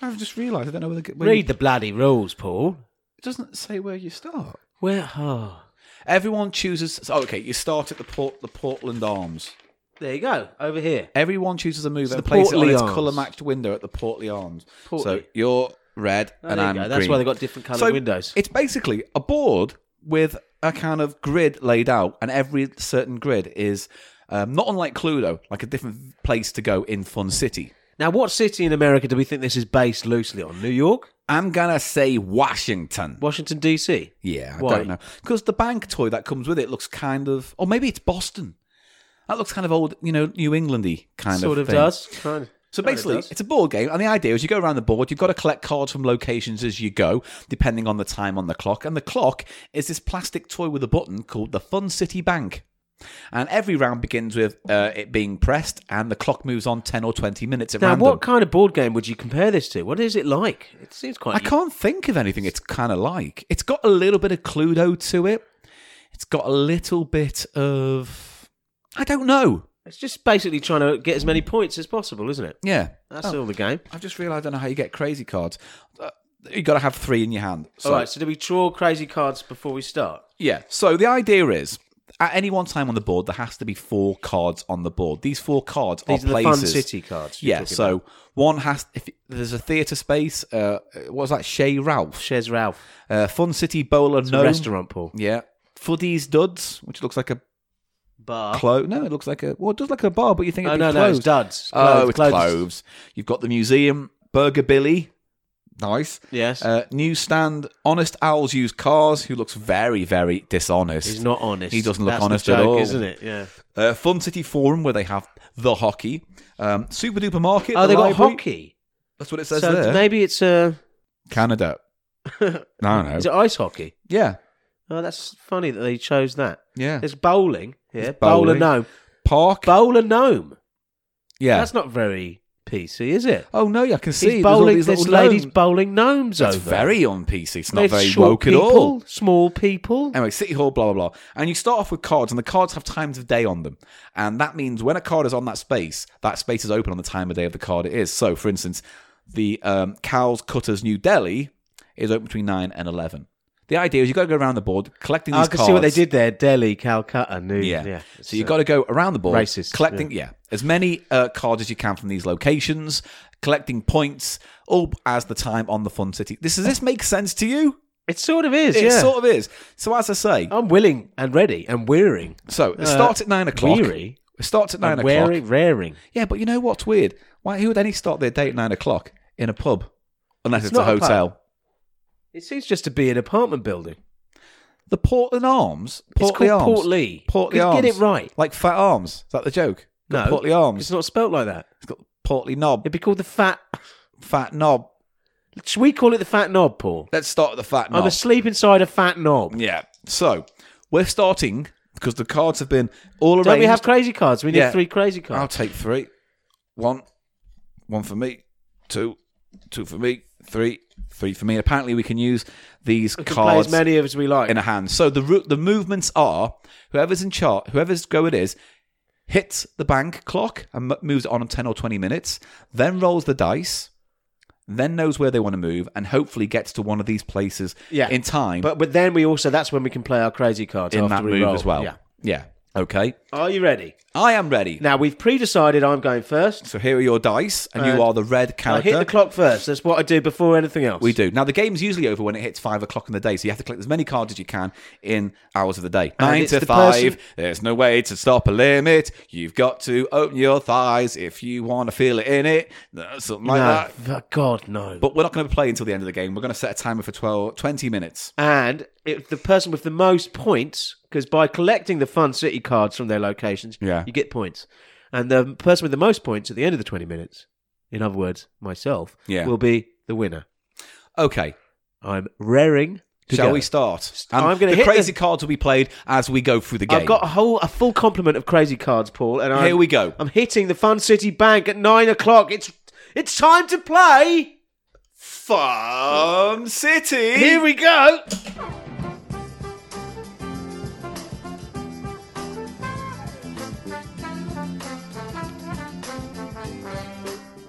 A: I've just realised I don't know where, the, where
B: Uh, Read
A: You,
B: the bloody rules, Paul.
A: it doesn't say where you start.
B: Where? Oh.
A: Everyone chooses. so, okay, you start at the port, the Portland Arms.
B: There you go. Over here.
A: Everyone chooses a move
B: So
A: and
B: the
A: places it on
B: Portly
A: its
B: Arms.
A: colour matched window at the Portly Arms. So
B: Portly.
A: you're red
B: Oh,
A: and
B: there
A: I'm
B: you go.
A: green.
B: That's why they got different coloured
A: So
B: windows.
A: It's basically a board with a kind of grid laid out, and every certain grid is um, not unlike Cluedo, like a different place to go in Fun City.
B: Now, what city in America do we think this is based loosely on? New York,
A: I'm gonna say Washington.
B: Washington D.C.
A: Yeah, I
B: Why?
A: don't know because the bank toy that comes with it looks kind of, or maybe it's Boston. That looks kind of old, you know, New Englandy kind
B: Sort
A: of.
B: of
A: thing.
B: does. Kind of.
A: So
B: Kind of
A: basically,
B: does.
A: it's a board game, and the idea is you go around the board. You've got to collect cards from locations as you go, depending on the time on the clock. And the clock is this plastic toy with a button called the Fun City Bank. And every round begins with uh, it being pressed, and the clock moves on ten or twenty minutes at
B: now,
A: random.
B: what kind of board game would you compare this to? What is it like? It seems quite.
A: I can't think of anything it's kind of like. It's got a little bit of Cluedo to it. It's got a little bit of. I don't know.
B: It's just basically trying to get as many points as possible, isn't it?
A: Yeah.
B: That's
A: Oh,
B: all the game.
A: I've just realised I don't know how you get crazy cards. Uh, you got to have three in your hand. So,
B: all right. So, do we draw crazy cards before we start?
A: Yeah. So the idea is. At any one time on the board, there has to be four cards on the board. These four cards
B: These are the
A: places.
B: fun city cards. you're
A: Yeah.
B: talking
A: So
B: about.
A: one has. If there's a theatre space, uh, what was that? Shea Ralph,
B: Shares Ralph
A: uh, Fun City Bowler Gnome.
B: restaurant, Paul
A: Yeah. Fuddy's Duds, which looks like a
B: bar.
A: clove. No, it looks like a well, it does look like a bar, but you think
B: oh
A: it'd
B: no,
A: be
B: no, it's
A: closed.
B: duds.
A: oh, it's
B: Clothes.
A: cloves. You've got the museum, Burger Billy, nice.
B: Yes.
A: Uh, newsstand, Honest Owls Use Cars, who looks very, very dishonest.
B: He's not honest.
A: He doesn't look
B: That's the
A: honest at
B: joke,
A: all.
B: isn't it? Yeah.
A: Uh, Fun City Forum, where they have the hockey, um, Super Duper Market.
B: Oh,
A: the
B: they got
A: library.
B: hockey.
A: That's what it says
B: So
A: there.
B: maybe it's uh,
A: Canada. no, no.
B: is it ice hockey?
A: yeah,
B: Oh, that's funny that they chose that.
A: yeah.
B: There's bowling. Yeah,
A: bowling.
B: bowler gnome.
A: Park.
B: Bowler gnome.
A: yeah,
B: That's not very PC, is it?
A: Oh no, yeah, I can see.
B: He's
A: there's all
B: bowling,
A: these
B: this
A: little
B: lady's
A: gnomes.
B: bowling gnomes
A: It's
B: over.
A: very on PC. It's not
B: They're
A: very
B: short
A: woke
B: people,
A: at all.
B: Small people.
A: Anyway, City Hall, blah, blah, blah. And you start off with cards, and the cards have times of day on them. And that means when a card is on that space, that space is open on the time of day of the card it is. So, for instance, the um, Cow's Cutters New Delhi is open between 9 and 11. The idea is you've got to go around the board collecting these
B: Ah, I can
A: cards.
B: see what they did there. Delhi, Calcutta, New.
A: Yeah.
B: Yeah.
A: so you've got to go around the board,
B: Racist,
A: collecting yeah, as many uh, cards as you can from these locations, collecting points, all as the time on the fun city. This does this make sense to you?
B: It sort of is.
A: It
B: yeah.
A: sort of is. So as I say,
B: I'm willing and ready and wearing.
A: so it starts at nine o'clock.
B: Uh, weary? Uh,
A: It starts at nine
B: And
A: o'clock.
B: wearing, raring.
A: Yeah, but you know what's weird? Why? Who would any start their day at nine o'clock in a pub, unless it's, a
B: not a pub.
A: hotel?
B: It seems just to be an apartment building.
A: The Portland Arms. Portly
B: it's called
A: Arms.
B: Portly.
A: Portly
B: Just
A: Arms.
B: Get it right.
A: Like fat arms. Is that the joke? Got
B: No,
A: Portly Arms.
B: It's not spelt like that.
A: It's got Portly Knob.
B: It'd be called the fat.
A: Fat Knob.
B: Should we call it the fat knob, Paul?
A: Let's start at the fat knob.
B: I'm asleep inside a fat knob.
A: Yeah. So we're starting because the cards have been all around.
B: Don't we have crazy cards? We need
A: Yeah.
B: three crazy
A: I'll
B: cards.
A: take three. One, one for me. Two, two for me. Three, three for me. Apparently, we can use these
B: We can play
A: cards
B: as many of as we like.
A: in a hand. So the ru- the movements are whoever's in chart, whoever's go it is, hits the bank clock and m- moves on in ten or twenty minutes, then rolls the dice. Then knows where they want to move and hopefully gets to one of these places
B: yeah.
A: in time
B: But but then we also that's when we can play our crazy cards
A: in
B: after
A: that
B: we
A: move
B: roll.
A: as well.
B: Yeah.
A: Yeah. Okay.
B: Are you ready?
A: I am ready.
B: Now we've pre-decided I'm going first.
A: So here are your dice, and you are the red
B: I
A: character.
B: Uh, hit the clock first. That's what I do before anything else.
A: We do. Now, the game's usually over when it hits five o'clock in the day, so you have to collect as many cards as you can in hours of the day.
B: And
A: Nine
B: it's
A: to
B: the
A: five,
B: person-
A: there's no way to stop a limit. You've got to open your thighs if you want to feel it in it. No, Something like
B: No,
A: that.
B: f- Ah, God no.
A: But we're not going to play until the end of the game. We're going to set a timer for 12, 20 minutes.
B: and if the person with the most points, because by collecting the fun city cards from their locations,
A: Yeah.
B: you get points. And the person with the most points at the end of the twenty minutes, in other words, myself,
A: Yeah.
B: will be the winner.
A: Okay.
B: I'm raring. To
A: Shall
B: go.
A: we start?
B: I'm
A: And
B: gonna
A: the
B: hit
A: crazy
B: the-
A: cards will be played as we go through the game.
B: I've got a whole a full complement of crazy cards, Paul, and I'm,
A: Here we go.
B: I'm hitting the Fun City Bank at nine o'clock. It's it's time to play.
A: Fun City.
B: Here we go.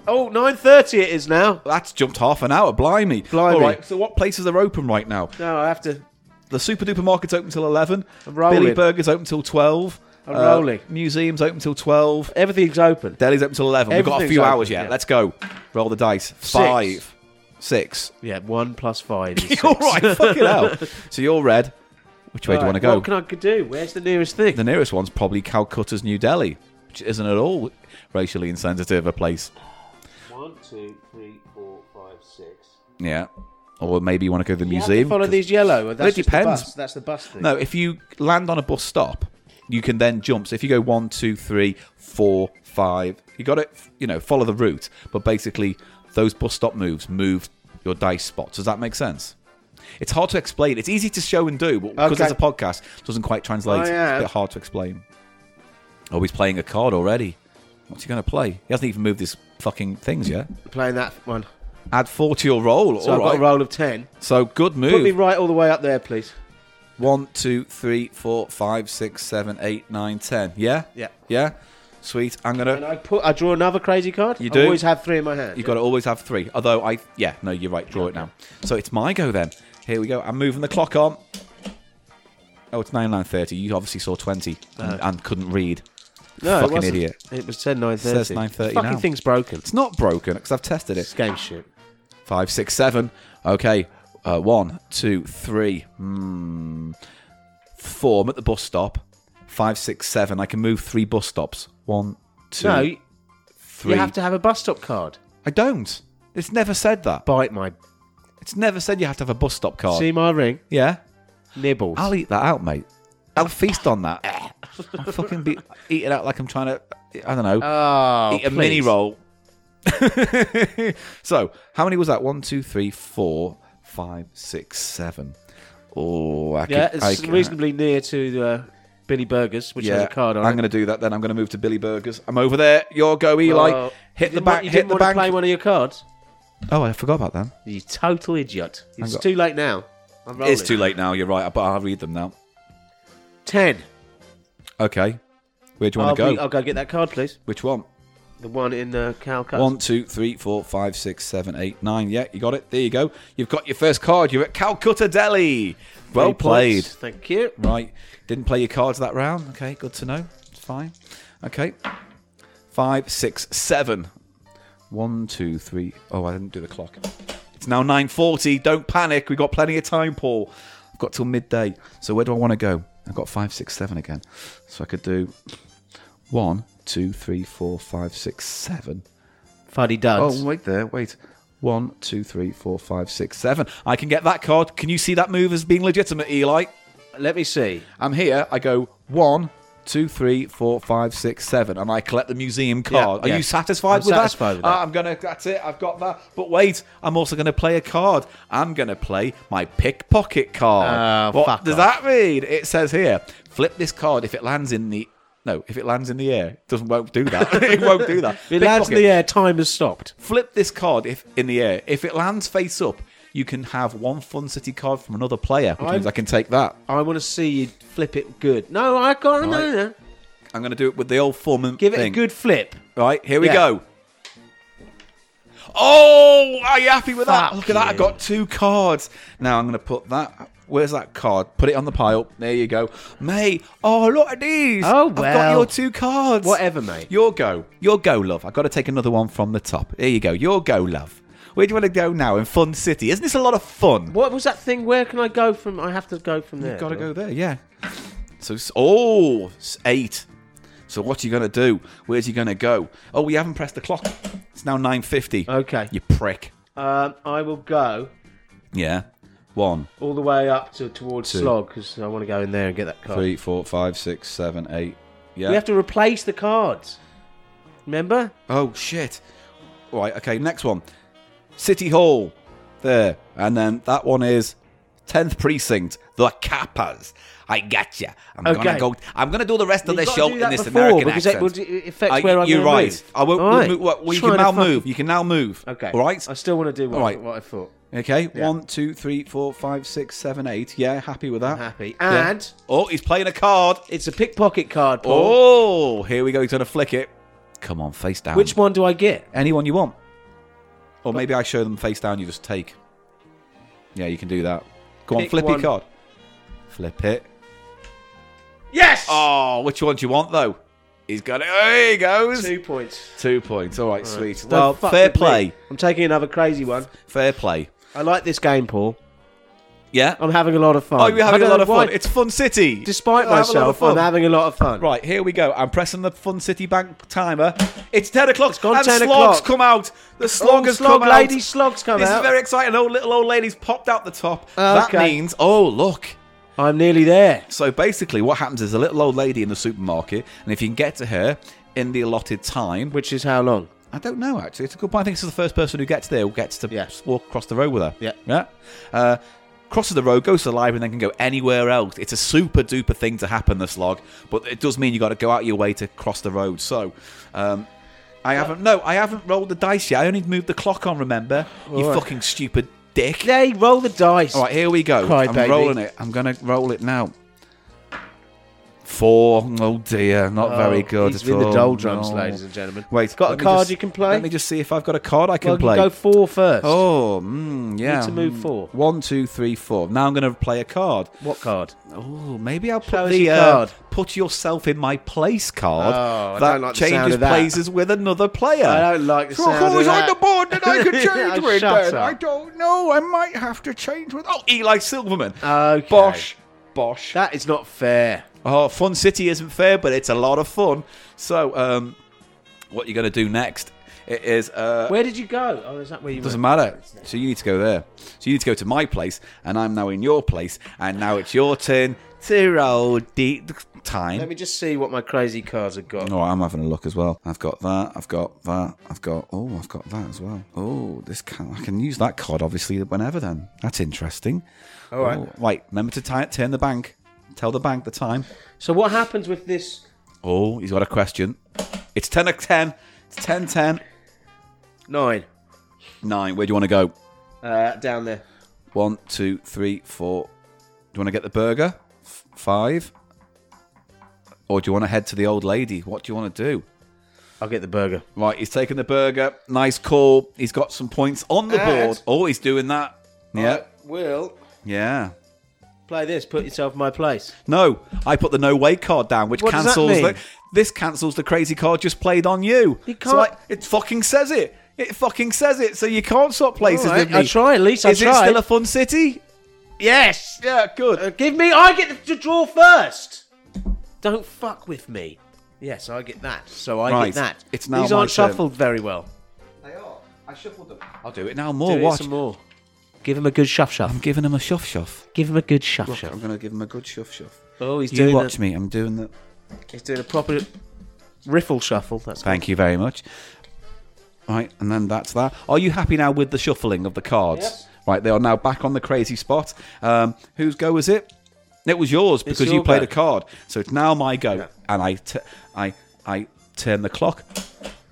B: Oh, 9.30 it is now.
A: That's jumped half an hour. Blimey.
B: Blimey.
A: All right. So, what places are open right now?
B: No, I have to.
A: The super duper market's open till 11.
B: rolling.
A: Billy Burger's open till 12.
B: I'm rolling.
A: Museum's open till 12.
B: Everything's open.
A: Deli's open till 11. We've got a
B: Everything's
A: few
B: open,
A: hours yet.
B: yeah.
A: Let's go. Roll the dice. Five. Six.
B: Yeah, one plus five. Is
A: All
B: six.
A: right. Fucking hell. So you're red. Which way do you want to go?
B: What can I do? Where's the nearest thing?
A: the nearest one's probably Calcutta's New Delhi, which isn't at all racially insensitive a place.
B: One, two, three, four, five, six.
A: Yeah. Or maybe you want to go to the
B: You have to
A: museum.
B: follow
A: 'cause-
B: these yellow. Or that's
A: it
B: just the
A: depends.
B: bus. That's the bus thing.
A: No, if you land on a bus stop, you can then jump. So if you go one, two, three, four, five, you got to, you know, follow the route. But basically, those bus stop moves move your dice spots. Does that make sense? It's hard to explain. It's easy to show and do, but because
B: Okay. Oh,
A: it's a podcast, it doesn't quite translate.
B: I am.
A: It's a bit hard to explain. Oh, he's playing a card already. What's he going to play? He hasn't even moved his fucking things yet.
B: Playing that one.
A: Add four to your roll.
B: So
A: all
B: I've got
A: right.
B: a roll of ten.
A: So good move.
B: Put me right all the way up there, please.
A: One, two, three, four, five, six, seven, eight, nine, ten. Yeah?
B: Yeah.
A: Yeah? Sweet. I'm
B: And
A: gonna
B: I put, I draw another crazy card.
A: You
B: I
A: do?
B: always have three in my hand.
A: you gotta always have three. Although I yeah, no, you're right, draw it now. So it's my go then. Here we go. I'm moving the clock on. Oh, it's nine nine thirty. You obviously saw twenty and,
B: Uh-huh.
A: and couldn't read.
B: no,
A: fucking
B: it wasn't.
A: idiot.
B: It was ten nine thirty.
A: Says 9:30
B: Fucking
A: now.
B: thing's broken.
A: It's not broken because I've tested
B: It's
A: it.
B: game shit.
A: Five, six, seven. Okay. Uh, one, two, three. Hmm. Four. I'm at the bus stop. Five, six, seven. I can move three bus stops. One, two,
B: no,
A: three.
B: you have to have a bus stop card.
A: I don't. It's never said that.
B: Bite my.
A: It's never said you have to have a bus stop card.
B: See my ring?
A: yeah,
B: Nibbles.
A: I'll eat that out, mate. I'll feast on that. I'll fucking be eat it out like I'm trying to. I don't know.
B: oh,
A: eat a
B: please.
A: mini roll. so, how many was that? One, two, three, four, five, six, seven. Oh, I
B: Yeah,
A: could, I
B: it's
A: could-
B: reasonably near to the. Billy Burgers, which has
A: Yeah,
B: a card on
A: I'm
B: it.
A: going to do that. Then I'm going to move to Billy Burgers. I'm over there. Your go, Eli.
B: Well,
A: hit
B: Oh, you
A: the
B: didn't want-
A: back.
B: You
A: Hit
B: didn't
A: the
B: want to play
A: bank.
B: one of your cards.
A: Oh, I forgot about that.
B: You total idiot. It's
A: got-
B: too late now. I'm rolling.
A: It's too late now. You're right. But I'll read them now.
B: Ten.
A: Okay. Where do you
B: I'll,
A: want to
B: be-
A: go?
B: I'll go get that card, please.
A: Which one?
B: The one in the Calcutta.
A: One, two, three, four, five, six, seven, eight, nine. Yeah, you got it. There you go. You've got your first card. You're at Calcutta Delhi.
B: Three
A: Well played.
B: points. Thank you.
A: Right. Didn't play your cards that round. Okay, good to know. It's fine. Okay. Five, six, seven. One, two, three. Oh, I didn't do the clock. It's now 9.40. Don't panic. We've got plenty of time, Paul. I've got till midday. So where do I want to go? I've got five, six, seven again. So I could do one, two, three, four, five, six, seven.
B: Fuddy duds.
A: Oh, wait there. Wait. One, two, three, four, five, six, seven. I can get that card. Can you see that move as being legitimate, Eli?
B: Let me see.
A: I'm here. I go one, two, three, four, five, six, seven, and I collect the museum card.
B: Yeah,
A: Are
B: yeah.
A: you satisfied
B: I'm
A: with
B: satisfied
A: that?
B: with that.
A: Ah, I'm gonna. That's it. I've got that. But wait, I'm also gonna play a card. I'm gonna play my pickpocket card.
B: Oh,
A: what
B: fuck
A: does
B: off.
A: that mean? It says here, flip this card if it lands in the. No, if it lands in the air, it doesn't won't do that. it won't do that.
B: It lands
A: Pickpocket
B: in the air. Time has stopped.
A: flip this card if in the air. If it lands face up, you can have one Fun City card from another player, which
B: I'm-
A: means I can take that.
B: I want to see you flip it good. No, I can't. No,
A: Right.
B: no.
A: I'm going to do it with the old Foreman
B: Give it
A: thing.
B: a good flip.
A: Right, here we
B: Yeah.
A: go. Oh, are you happy with that?
B: Fuck
A: Look at that. I
B: you.
A: got two cards. Now I'm going to put that. Where's that card? Put it on the pile. There you go. Mate, oh, look at these.
B: Oh,
A: I've got
B: well.
A: your two cards.
B: Whatever, mate.
A: Your go. Your go, love. I've got to take another one from the top. There you go. Your go, love. Where do you want to go now? In Fun City. Isn't this a lot of fun?
B: What was that thing? Where can I go from? I have to go from there.
A: You've got to
B: do I?
A: go there, yeah. So, s- oh, s- eight. So what are you going to do? Where's he going to go? Oh, we haven't pressed the clock. It's now 9.50.
B: Okay.
A: You prick.
B: Um, I will go
A: Yeah. One,
B: all the way up to towards Slog because I want to go in there and get that card.
A: three, four, five, six, seven, eight. Yeah.
B: We have to replace the cards. Remember?
A: oh, shit. Right, okay, next one. City Hall. There. And then that one is 10th Precinct, the Kappas.
L: I gotcha. I'm
B: Okay.
L: gonna go. I'm gonna do the rest of the
B: You've got to
L: show
B: do
L: in
B: that
L: this
B: before,
L: American
B: because
L: accent.
B: it would it affects
A: I-
B: where I'm
A: you're
B: gonna
A: right.
B: Move.
A: I won't
B: All right.
A: move. Well, you
B: Trying
A: can
B: to
A: now
B: fucking-
A: move. You can now move.
B: Okay.
A: All right.
B: I still want to do what,
A: All right.
B: what I thought.
A: Okay, one, two, three, four, five, six, seven, eight. Yeah, happy with that.
B: Happy.
A: Yeah.
B: And
A: oh, he's playing a card.
B: it's a pickpocket card, Paul.
A: Oh, here we go. He's gonna flick it. Come on, face down.
B: Which one do I get?
A: Anyone you want. Or maybe I show them face down. You just take. Yeah, you can do that. Go on,
B: Pick
A: flip your
B: one.
A: card. Flip it.
B: Yes.
A: Oh, which one do you want though? He's got it. There he goes.
B: Two points.
A: Two points. All right, sweet.
B: Don't
A: Well,
B: fuck
A: fair
B: with me.
A: play.
B: I'm taking another crazy one.
A: Fair play.
B: I like this game, Paul.
A: Yeah.
B: I'm having a lot of fun.
A: Oh, you're
B: I
A: having a
B: don't
A: lot
B: know
A: of
B: why-
A: fun. It's Fun City.
B: Despite
A: Have a lot of
B: myself,
A: fun.
B: I'm having a lot of fun.
A: Right, here we go. I'm pressing the Fun City Bank timer. It's 10 o'clock.
B: gone
A: and
B: 10
A: slogs
B: o'clock.
A: come out. The slog
B: Oh,
A: has
B: slog
A: come
B: lady
A: out.
B: slogs come
A: this
B: out.
A: is very exciting. Oh, little old lady's popped out the top. That
B: Okay.
A: means, oh, look.
B: I'm nearly there.
A: So basically, what happens is a little old lady in the supermarket, and if you can get to her in the allotted time,
B: Which is how long?
A: I don't know actually. It's a good point. I think it's the first person who gets there who gets to
B: Yeah.
A: walk across the road with her.
B: Yeah.
A: Yeah. Uh, crosses the road, goes to the library, and then can go anywhere else. It's a super duper thing to happen, the slog, but it does mean you got to go out of your way to cross the road. So. Um, I haven't. No, I haven't rolled the dice yet. I only moved the clock on. Remember, you
B: All right.
A: fucking stupid dick.
B: They roll the dice.
A: All right, here we go.
B: Cry
A: I'm
B: baby.
A: rolling it. I'm gonna roll it now. Four. Oh dear, not very good.
B: Oh, He's
A: at
B: in the
A: all.
B: doldrums,
A: No.
B: ladies and gentlemen.
A: Wait,
B: got a
A: let me
B: card
A: just-
B: you can play?
A: Let me just see if I've got a card I can
B: well,
A: play.
B: you go four first.
A: oh, mm, yeah.
B: to move four.
A: One, two, three, four. Now I'm going to play a card.
B: What card?
A: Oh, maybe I'll put
B: Show us
A: the
B: your
A: uh,
B: card.
A: put yourself in my place card.
B: Oh, I
A: that
B: don't like the sound
A: changes
B: of that.
A: places with another player.
B: I don't like the
A: So
B: sound of
A: who's
B: that.
A: Uh, on the board that I could
B: Yeah,
A: change with?
B: shut
A: then?
B: up.
A: I don't know. I might have to change with. Oh, Eli Silverman.
B: Uh, Okay.
A: Bosh. Bosh.
B: That is not fair.
A: Oh, Fun City isn't fair, but it's a lot of fun. So, um, what you going to do next? It is. Uh,
B: Where did you go? Oh, is that where you
A: doesn't
B: went?
A: matter. So you need to go there. So you need to go to my place, and I'm now in your place, and now it's your turn to roll the the time.
B: Let me just see what my crazy cards have got.
A: Oh, I'm having a look as well. I've got that. I've got that. I've got. Oh, I've got that as well. Oh, this can I can use that Oh, card obviously whenever. Then that's interesting. All right. right. Remember to ti- turn the bank. Tell the bank the time.
B: So what happens with this?
A: Oh, he's got a question. It's 10 of 10. It's 10 10.
B: Nine
A: 9. Where do you want to go?
B: uh, down there.
A: One, two, three, four. Do you want to get the burger? F- five? Or do you want to head to the old lady? What do you want to do?
B: I'll get the burger.
A: Right, he's taking the burger. Nice call. He's got some points on the
B: And-
A: board. Oh, he's doing that. Yeah.
B: Will
A: Yeah.
B: play this. Put yourself in my place.
A: No, I put the no way card down, which
B: What does that
A: cancels
B: mean?
A: the. This cancels the crazy card just played on you.
B: You
A: So
B: can't-
A: I- it fucking says it. It fucking says it. So you can't swap places
B: All right,
A: with me.
B: I try at least. I
A: Is it
B: try.
A: still a fun city?
B: yes.
A: Yeah, good.
B: Uh, give me. I get to draw first. Don't fuck with me. Yes, I get that. So I
A: Right,
B: get that.
A: it's now
B: These
A: my
B: aren't
A: turn.
B: shuffled very well.
A: They are. I shuffled them. I'll do it now. More.
B: Do it
A: watch.
B: some more. Give him a good shuff
A: I'm
B: shuff.
A: giving him a shuff shuff.
B: Give him a good shuff shuff.
A: I'm gonna give him a good shuff shuff.
B: Oh, he's
A: You
B: doing
A: watch
B: a,
A: me. I'm doing the.
B: he's doing a proper riffle shuffle. That's
A: Thank you very much. Right, and then that's that. Are you happy now with the shuffling of the cards? Right, they are now back on the crazy spot. Um, whose go was it? It was yours because
B: your
A: you played
B: go.
A: a card. So it's now my go, and I, t- I, I turn the clock.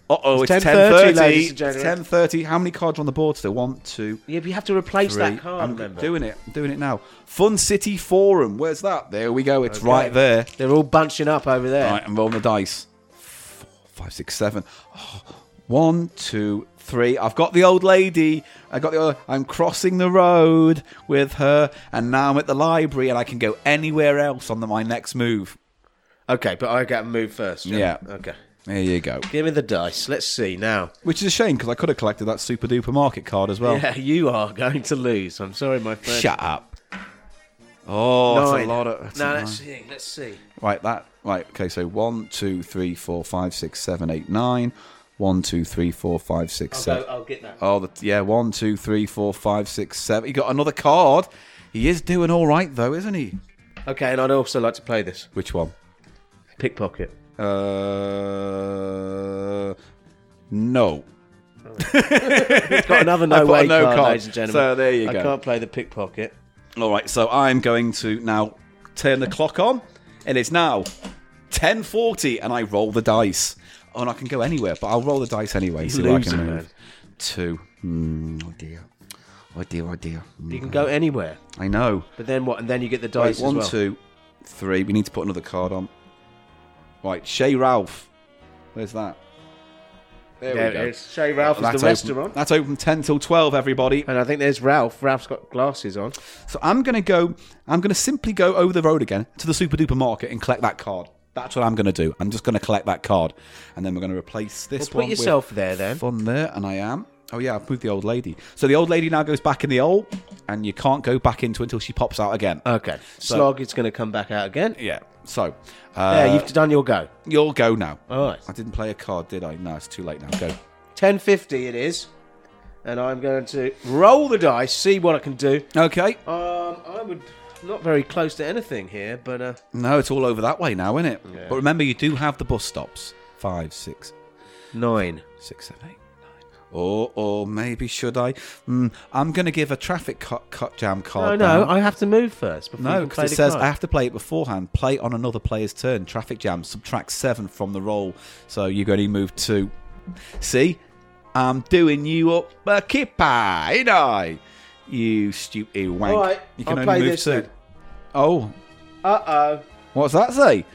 A: Uh oh, it's ten
B: 10:30, ladies
A: thirty.
B: and
A: It's
B: gentlemen.
A: ten thirty. How many cards are on the board still? One, two,
B: Yeah, but you have to replace
A: three.
B: that card.
A: I'm
B: remember.
A: doing it. I'm doing it now. Fun City Forum. Where's that? There we go. It's right there.
B: They're all bunching up over there.
A: Right, I'm rolling the dice. Four, five, six, seven. Oh, one, two, three. I've got the old lady. I got the. Other, I'm crossing the road with her, and now I'm at the library, and I can go anywhere else on the, my next move.
B: Okay, but I got to move first.
A: Yeah.
B: Okay.
A: There you go.
B: Give me the dice. Let's see now.
A: Which is a shame because I could have collected that super duper market card as well.
B: Yeah, you are going to lose. I'm sorry, my friend.
A: Oh. Shut up. Oh, that's
B: Nine.
A: a lot of. that's
B: Now
A: a
B: let's
A: nine.
B: see. Let's see.
A: Right, that right. Okay, so one, two, three, four, five, six, seven, eight, nine. One, two, three, four, five, six, seven.
B: I'll, I'll get that.
A: Oh, the, yeah. One, two, three, four, five, six, seven. He got another card. He is doing all right, though, isn't he?
B: Okay, and I'd also like to play this
A: Which one?
B: pickpocket.
A: Uh, no.
B: Got another
A: I
B: no
A: put a
B: way
A: no
B: card,
A: card.
B: ladies and gentlemen.
A: So there you
B: I
A: go.
B: can't play the pickpocket.
A: All right. So I'm going to now turn the clock on, and it's now ten forty, and I roll the dice. Oh, and I can go anywhere, but I'll roll the dice anyway. See where I
B: loser,
A: can
B: man.
A: move. Two. Hmm, oh dear. Oh dear. Oh dear. Hmm,
B: You can go anywhere,
A: I know.
B: but then what? And then you get the
A: Right,
B: dice
A: one,
B: as well.
A: two, three. We need to put another card on. Right, Shay Ralph. Where's that? There
B: There
A: we go.
B: it is. Shay Ralph is
A: That's
B: the
A: open-
B: restaurant.
A: That's open ten till twelve, everybody.
B: And I think there's Ralph. Ralph's got glasses on.
A: So I'm gonna go. I'm gonna simply go over the road again to the super duper market and collect that card. That's what I'm gonna do. I'm just gonna collect that card, and then we're gonna replace this
B: Well,
A: one.
B: put
A: with
B: yourself there then.
A: fun there, and I am. Oh yeah, I've moved the old lady. So the old lady now goes back in the hole, and you can't go back into it until she pops out again.
B: Okay. Slog is going to come back out again.
A: yeah. So
B: There,
A: uh,
B: you've done your go.
A: you'll go now.
B: All right.
A: I didn't play a card, did I? No, it's too late now. Go.
B: 10.50 it is. And I'm going to roll the dice, see what I can do.
A: Okay.
B: Um, I would... Not very close to anything here, but uh,
A: No, it's all over that way now, isn't it? But remember, you do have the bus stops. Five, six,
B: nine.
A: six, seven, eight, nine. Or, or maybe should I? Mm, I'm going to give a traffic cut, cut jam
B: No,
A: card.
B: no,
A: down.
B: I have to move first. Before
A: No,
B: you can play
A: because it
B: the
A: says
B: card.
A: I have to play it beforehand. Play on another player's turn. Traffic jam subtracts seven from the roll, so you're going to move two. See, I'm doing you up a kipper, ain't I? You stupid wank!
B: All right,
A: you can
B: I'll
A: only
B: play
A: move
B: this
A: two.
B: then.
A: Oh,
B: Uh-oh.
A: what's that say?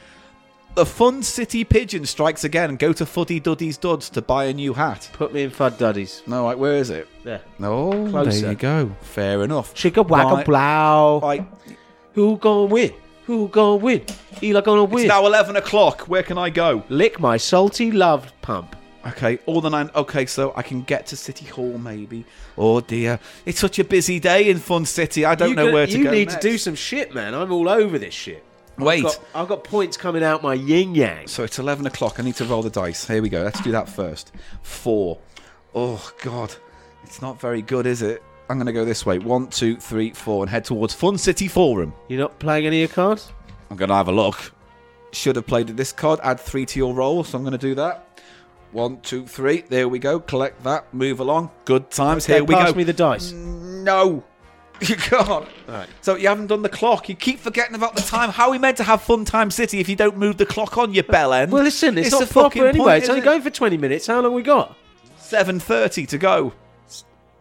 A: The Fun City Pigeon strikes again. Go to Fuddy Duddy's Duds to buy a new hat.
B: Put me in Fud Duddies.
A: No, right, where is it?
B: There.
A: Oh,
B: Closer.
A: there you go. Fair enough.
B: Chicka wacka
A: Right,
B: blow.
A: right.
B: Who gonna win? Who gonna win? Eli gonna
A: It's
B: win.
A: now 11 o'clock. Where can I go?
B: Lick my salty love pump.
A: Okay, all the nine. Okay, so I can get to City Hall maybe. Oh dear, it's such a busy day in Fun City. I don't
B: you
A: know
B: gotta-
A: where to
B: you
A: go.
B: need
A: next.
B: to do some shit, man. I'm all over this shit.
A: Wait.
B: Got- I've got points coming out my yin yang.
A: So it's eleven o'clock. I need to roll the dice. Here we go. Let's do that first. Four. Oh God, it's not very good, is it? I'm gonna go this way. One, two, three, four, and head towards Fun City Forum.
B: You're not playing any of your cards?
A: I'm gonna have a look. Should have played this card. Add three to your roll, so I'm gonna do that. One, two, three. There we go. Collect that. Move along. Good times. Here
B: Hey,
A: we
B: pass
A: go.
B: me the dice.
A: No. You can't. So you haven't done the clock. You keep forgetting about the time. How are we meant to have fun time city if you don't move the clock on your bell end?
B: Well, listen, it's,
A: the
B: not proper
A: fucking
B: anyway.
A: point,
B: it's only
A: isn't it?
B: going for 20 minutes. How long we got?
A: seven thirty to go.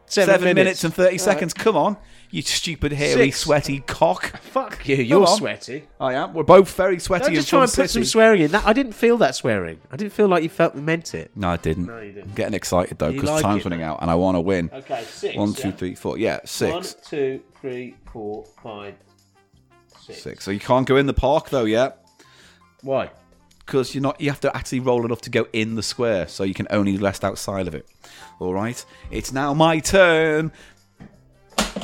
B: Seven,
A: and thirty seconds. Come on, you stupid, hairy,
B: Six.
A: sweaty cock.
B: Fuck you, you're
A: on.
B: sweaty.
A: I am. We're both very sweaty.
B: Don't
A: and
B: just try
A: fun
B: and put some
A: city.
B: swearing in. That I didn't feel that swearing. I didn't feel like you felt meant it.
A: No, I didn't. No, you didn't. I'm getting excited though
B: You
A: because
B: like
A: time's
B: it,
A: running
B: though.
A: out and I want to win.
B: Okay, six.
A: One, two, three, four. Yeah, six.
B: One, two, three, four, five, six.
A: Six. So you can't go in the park though, yeah,
B: Why?
A: because you're not. You have to actually roll enough to go in the square, so you can only rest outside of it. All right. It's now my turn.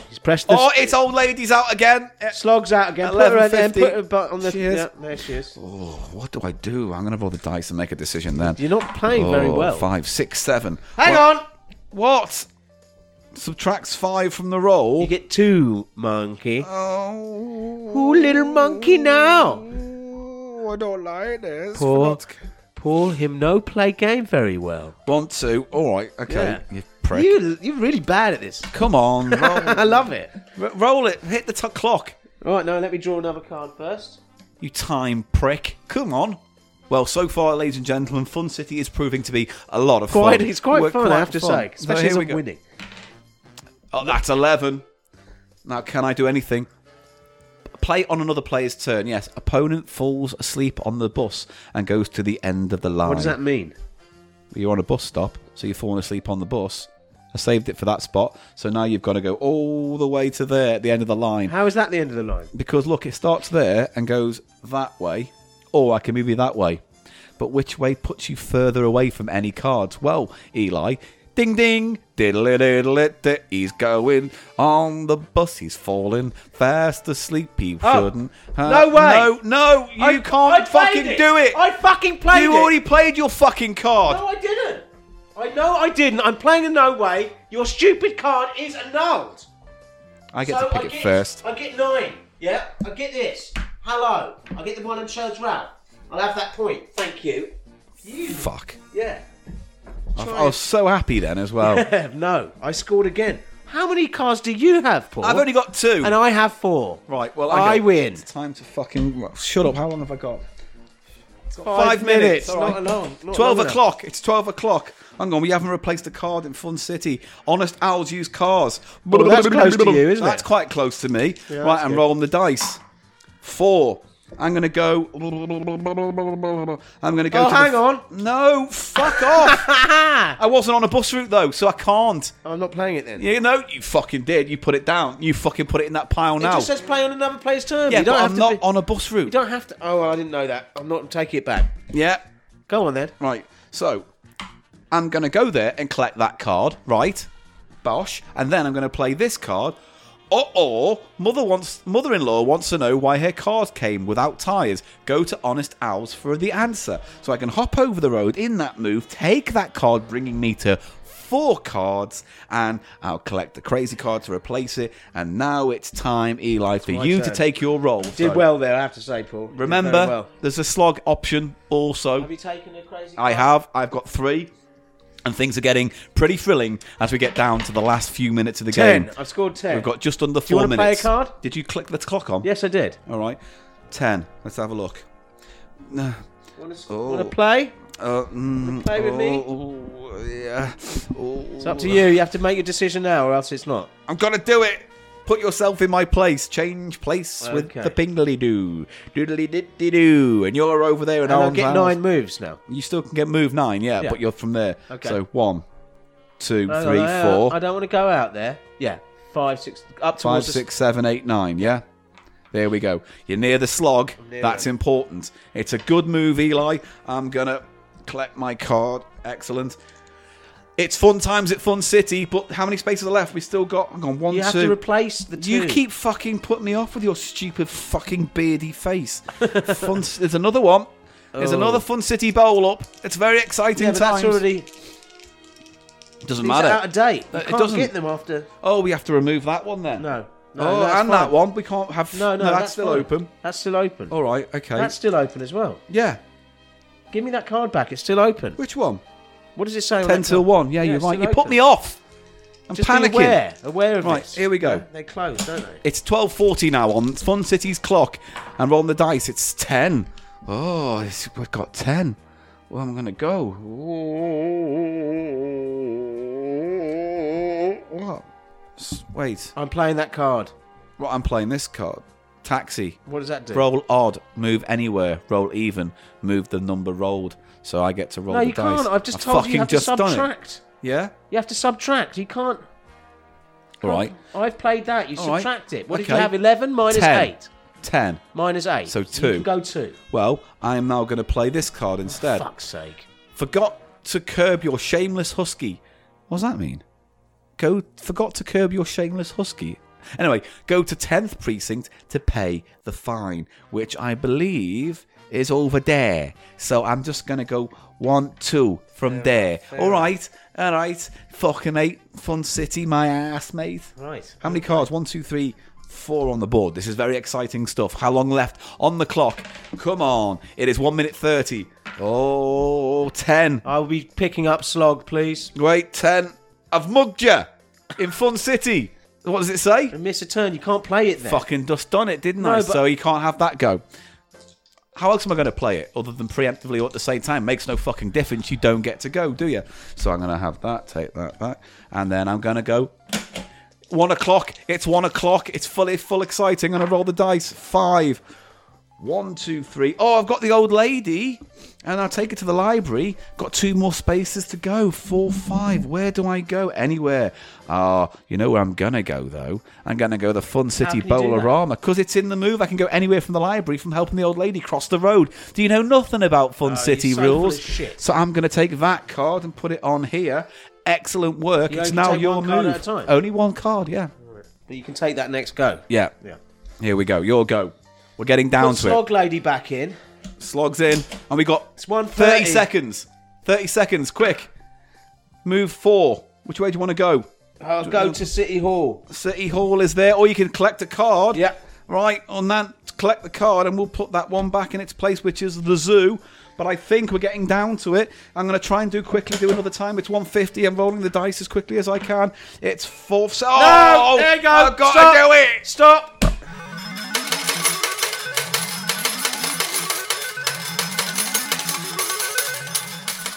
B: Just press the
A: Oh, it's old ladies out again. Eh,
B: slogs out again. Put her in there,
A: 11:50.
B: put her butt on the.
A: She is.
B: Yeah, there she is.
A: Oh, what do I do? I'm gonna roll the dice and make a decision then.
B: You're not playing
A: oh,
B: very well.
A: Five, six, seven.
B: Hang
A: Well,
B: on.
A: What? Subtracts five from the roll.
B: You get two, monkey.
A: oh,
B: Ooh, little monkey now.
A: I don't like this.
B: Poor, poor him. No play game very well.
A: Want to? All right. Okay.
B: Yeah.
A: You prick.
B: You, you're really bad at this.
A: Come on. Roll,
B: I love it.
A: r- roll it. Hit the t- clock.
B: All right, now let me draw another card first.
A: You time prick. Come on. Well, so far, ladies and gentlemen, Fun City is proving to be a lot of
B: Quite,
A: fun.
B: it's quite
A: We're
B: fun, I have to say,
A: So
B: especially
A: here
B: as
A: we
B: I'm
A: go.
B: winning.
A: Oh, that's 11. Now, can I do anything? Play on another player's turn, yes. Opponent falls asleep on the bus and goes to the end of the line.
B: What does that mean?
A: You're on a bus stop, so you've fallen asleep on the bus. I saved it for that spot, so now you've got to go all the way to there at the end of the line.
B: How is that the end of the line?
A: Because look, it starts there and goes that way, or I can move you that way. But which way puts you further away from any cards? Well, Eli, ding ding, diddle diddle it, he's going on the bus, he's falling fast asleep, he
B: Oh,
A: shouldn't.
B: no way.
A: No, no, you
B: I-
A: can't
B: I played
A: fucking do it!
B: I fucking played
A: you
B: it.
A: already played your fucking card!
B: No, I didn't. I know I didn't. I'm playing a no way. Your stupid card is annulled.
A: I get
B: so
A: to pick
B: I
A: it
B: get,
A: first.
B: I get nine. Yeah. I get this. Hello. I get the one on Church Row. I'll have that point. Thank you. You.
A: Fuck.
B: Yeah.
A: I, I was so happy then as well.
B: no, I scored again. How many cards do you have, Paul?
A: I've only got two.
B: And I have four.
A: right, well, okay.
B: I win.
A: It's time to fucking. well, shut up, how long have I got?
B: Five minutes.
A: all
B: Not
A: right.
B: long- not
A: 12
B: long enough.
A: o'clock. It's 12 o'clock. Hang on, we haven't replaced the card in Fun City. Honest owls use cars.
B: Well, that's close to you, isn't
A: That's
B: it?
A: quite close to me. right, I'm rolling the dice. Four. I'm going to go. I'm going to go.
B: Oh,
A: to the-
B: hang on.
A: No, fuck off. I wasn't on a bus route, though, so I can't.
B: I'm not playing it then.
A: You know, you fucking did. You put it down. You fucking put it in that pile
B: It
A: now.
B: just says play on another player's turn.
A: yeah,
B: you don't
A: but
B: have
A: I'm
B: to
A: not
B: be-
A: on a bus
B: You
A: route.
B: don't have to. Oh, well, I didn't know that. I'm not taking it back.
A: Yeah.
B: Go on then.
A: Right. So I'm going to go there and collect that card, right? Bosh. And then I'm going to play this card. Or, or mother wants mother-in-law wants to know why her card came without tires. Go to Honest Owls for the answer. So I can hop over the road in that move, take that card, bringing me to four cards, and I'll collect the crazy card to replace it. And now it's time, Eli, for you to
B: turn.
A: take your role.
B: Did
A: So
B: well there, I have to say, Paul. You did
A: Remember,
B: very well.
A: there's a slog option also.
B: Have you taken a crazy?
A: I have. I've got three. And things are getting pretty thrilling as we get down to the last few minutes of the
B: ten.
A: game.
B: I've scored ten.
A: We've got just under
B: you
A: four
B: wanna play a
A: minutes.
B: card?
A: Did you click the clock on?
B: Yes, I did.
A: All right. Ten. Let's have a look. Uh,
B: Want to
A: Oh.
B: play?
A: uh, mm,
B: Play with me?
A: oh, yeah. Oh.
B: It's up to you. You have to make your decision now, or else it's not.
A: I'm gonna do it. Put yourself in my place. Change place with
B: Okay.
A: the pingly doo, doodly diddly doo, and you're over there. And,
B: And I'll
A: Alan's
B: get
A: out.
B: nine moves now.
A: You still can get move nine, yeah,
B: Yeah.
A: but you're from there.
B: Okay.
A: So one, two, three, four.
B: Hang on, hang on. I don't want to go out there. Yeah, five, six, up
A: Five,
B: towards the-
A: six, seven, eight, nine. Yeah. There we go. You're near the slog.
B: near
A: That's
B: it.
A: important. It's a good move, Eli. I'm going to collect my card. Excellent. It's fun times at Fun City, but how many spaces are left? We still got. Hang on, one,
B: You have
A: two.
B: to replace the two.
A: you keep fucking putting me off with your stupid fucking beardy face. fun, there's another one. There's
B: Oh.
A: another Fun City bowl up. It's very exciting
B: Yeah, but
A: times.
B: that's already
A: Doesn't
B: these are
A: matter.
B: out of date. You
A: Uh, it
B: can't
A: doesn't-
B: get them after.
A: Oh, we have to remove that one then.
B: No. no
A: oh,
B: that's
A: and that
B: fine.
A: one we can't have.
B: No, no,
A: that's,
B: that's
A: still
B: fine.
A: open.
B: That's still open.
A: All right. Okay.
B: That's still open as well.
A: Yeah.
B: Give me that card back. It's still open.
A: Which one?
B: What does it say? on
A: Ten
B: that
A: till
B: card?
A: one. Yeah, you're
B: it's
A: right.
B: still
A: You put
B: open.
A: me off. I'm
B: Just
A: panicking.
B: be aware, aware of
A: Right,
B: this.
A: here we go.
B: They close, don't they?
A: It's 12.40 now on Fun City's clock. And rolling the dice, it's 10. Oh, it's, we've got 10. Well, I'm going to go. What? S- Wait.
B: I'm playing that card.
A: Right, I'm playing this card. Taxi.
B: What does that do?
A: Roll odd. Move anywhere. Roll even. Move the number rolled. So I get to roll
B: no,
A: the
B: you
A: dice.
B: can't. I've just
A: I've
B: told you
A: fucking
B: you have
A: just
B: to
A: done it.
B: subtract.
A: Yeah?
B: You have to subtract. You can't.
A: All right.
B: I've played that. You
A: All right.
B: subtract it. What did you
A: Okay.
B: have? 11 minus
A: Ten.
B: 8.
A: 10.
B: Minus 8.
A: So
B: You
A: two.
B: can go 2.
A: Well, I am now going to play this card instead.
B: Fuck's sake.
A: Forgot to curb your shameless husky. What does that mean? Go forgot to curb your shameless husky. Anyway, go to 10th precinct to pay the fine, which I believe is over there. So I'm just going to go 1 2 from there. all right. All right. Fucking eight fun city my ass mate.
B: Right.
A: How many cards? One, two, three, four on the board. This is very exciting stuff. How long left on the clock? Come on. It is 1 minute 30. Oh, 10.
B: I'll be picking up Slog, please.
A: Wait, 10. I've mugged you in Fun City. What does it say?
B: I miss a turn. You can't play it then.
A: Fucking dust on it, didn't
B: No,
A: I?
B: but-
A: So you can't have that go. How else am I going to play it other than preemptively or at the same time? Makes no fucking difference. You don't get to go, do you? So I'm going to have that, take that back, and then I'm going to go. One o'clock. It's one o'clock. It's full, it's full exciting. I'm going to roll the dice. Five. One, two, three. Oh, I've got the old lady, and I'll take her to the library. Got two more spaces to go. Four, five. Where do I go? Anywhere. Ah, you know where I'm gonna go though. I'm gonna go to the Fun City
B: can you do that?
A: Bowlerama because it's in the move. I can go anywhere from the library from helping the old lady cross the road. Do you know nothing about Fun City
B: Ah, you're so full of
A: rules?
B: shit.
A: So I'm gonna take that card and put it on here. Excellent work.
B: You
A: it's
B: only
A: now
B: take
A: your
B: one
A: move.
B: card at a time?
A: Only one card. Yeah.
B: But you can take that next go.
A: Yeah.
B: Yeah.
A: Here we go. Your go. We're getting down
B: Put
A: to it.
B: Slog Lady back in.
A: Slogs in, and we got
B: It's 1:30.
A: 30 seconds. 30 seconds, quick. Move four. Which way do you want to go?
B: I'll go to City Hall.
A: City Hall is there, or you can collect a card.
B: Yeah.
A: Right, on that, collect the card, and we'll put that one back in its place, which is the zoo. But I think we're getting down to it. I'm going to try and do quickly, do another time. It's 150. I'm rolling the dice as quickly as I can. It's fourth. Oh,
B: Um, there you go.
A: I've got
B: Stop.
A: to do it.
B: Stop.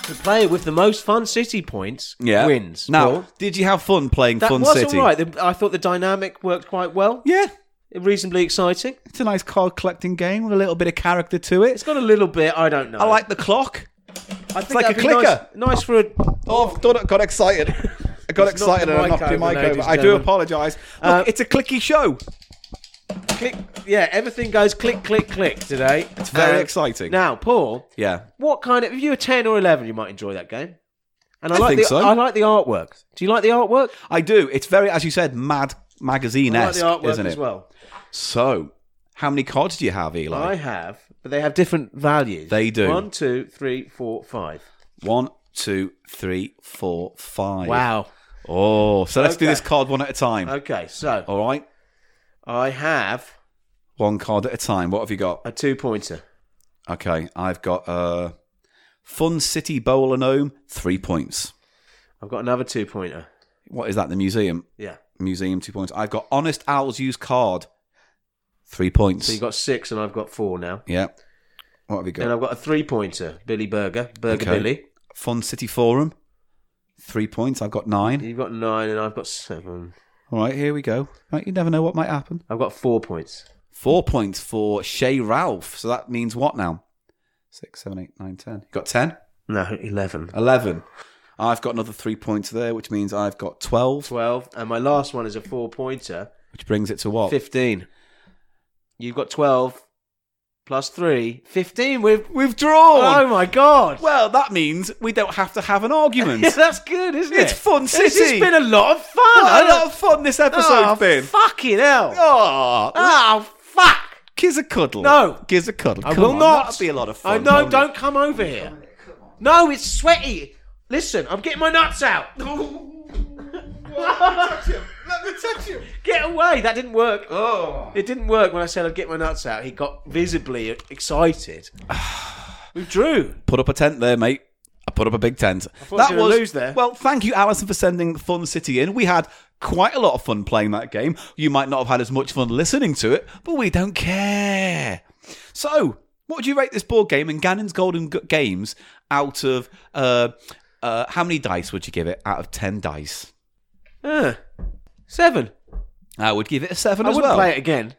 B: The player with the most fun city points wins.
A: Now,
B: Paul.
A: did you have fun playing
B: that
A: Fun
B: was
A: City?
B: all right. The- I thought the dynamic worked quite well.
A: Yeah.
B: Reasonably exciting.
A: It's a nice card collecting game with a little bit of character to it.
B: It's got a little bit. I don't know.
A: I like the clock.
B: I think
A: like
B: that'd
A: a
B: be
A: clicker.
B: Nice, nice for a.
A: Oh, I've done it. Got excited. I got
B: He's knocked
A: excited
B: the
A: and I
B: mic
A: knocked your
B: over,
A: mic
B: ladies
A: over.
B: and
A: I do
B: gentlemen.
A: apologise. Look,
B: Uh,
A: it's a clicky show.
B: Click. Yeah, everything goes click, click, click today. It's
A: very exciting.
B: Now, Paul,
A: Yeah.
B: what kind of if you were 10 or 11 you might enjoy that game and i,
A: I
B: like
A: think
B: the
A: so.
B: i like the artwork do you like the artwork
A: I do. It's very, as you said, mad magazine
B: i like
A: esque,
B: the artwork
A: isn't it?
B: as well
A: So, how many cards do you have, Eli?
B: i have but they have different values
A: They do.
B: one two three four five
A: One, two, three, four, five.
B: wow
A: Oh, so let's do
B: Okay.
A: this card one at a time.
B: okay so
A: All right.
B: i have
A: One card at a time. What have you got?
B: a two pointer
A: Okay, I've got uh, Fun City Bowler Gnome, three points.
B: i've got another two pointer
A: What is that? The museum?
B: yeah
A: Museum, two points. I've got Honest Owl's used card, three points.
B: so you've got six and i've got four now
A: yeah. What have we got?
B: then i've got a three pointer billy burger burger
A: Okay.
B: billy
A: Fun City Forum, three points. I've got nine.
B: you've got nine and i've got seven
A: All right, here we go. Right, you never know what might happen.
B: i've got four points
A: Four points for Shay Ralph. So that means what now? Six, seven, eight, nine, ten. You got ten?
B: no 11
A: Eleven. I've got another three points there, which means I've got twelve,
B: 12 and my last one is a four pointer
A: which brings it to what?
B: 15. You've got 12 plus 3. 15. We've.
A: We've drawn.
B: Oh my god.
A: Well, that means we don't have to have an argument.
B: Yeah, that's good, isn't it?
A: It's fun
B: This has
A: city.
B: been a lot of fun.
A: What
B: I
A: a
B: don't-
A: lot of fun this episode's
B: oh,
A: been.
B: Fucking hell. Oh,
A: Oh,
B: fuck.
A: kiss a cuddle.
B: No.
A: kiss a cuddle.
B: I
A: Come
B: will
A: on,
B: not.
A: That'd be a lot of fun.
B: I know, don't come over here. No, it's sweaty. Listen, I'm getting my nuts out.
A: Let me touch you.
B: Get away. That didn't work. Oh. It didn't work when I said I'd get my nuts out. He got visibly excited. we drew.
A: Put up a tent there, mate. I put up a big tent.
B: you were gonna lose there.
A: Well, thank you, Alison, for sending Fun City in. We had quite a lot of fun playing that game. You might not have had as much fun listening to it, but we don't care. So, what would you rate this board game and Gannon's Golden G- Games out of uh, uh, how many dice would you give it out of ten dice?
B: Ah, seven.
A: I would give it a seven
B: I
A: as
B: wouldn't
A: well.
B: play it again,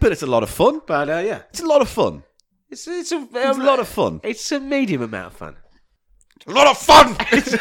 A: But it's a lot of fun.
B: but uh, yeah,
A: It's a lot of fun.
B: it's it's a, um,
A: It's a lot of fun.
B: It's a medium amount of fun.
A: A lot of fun. it's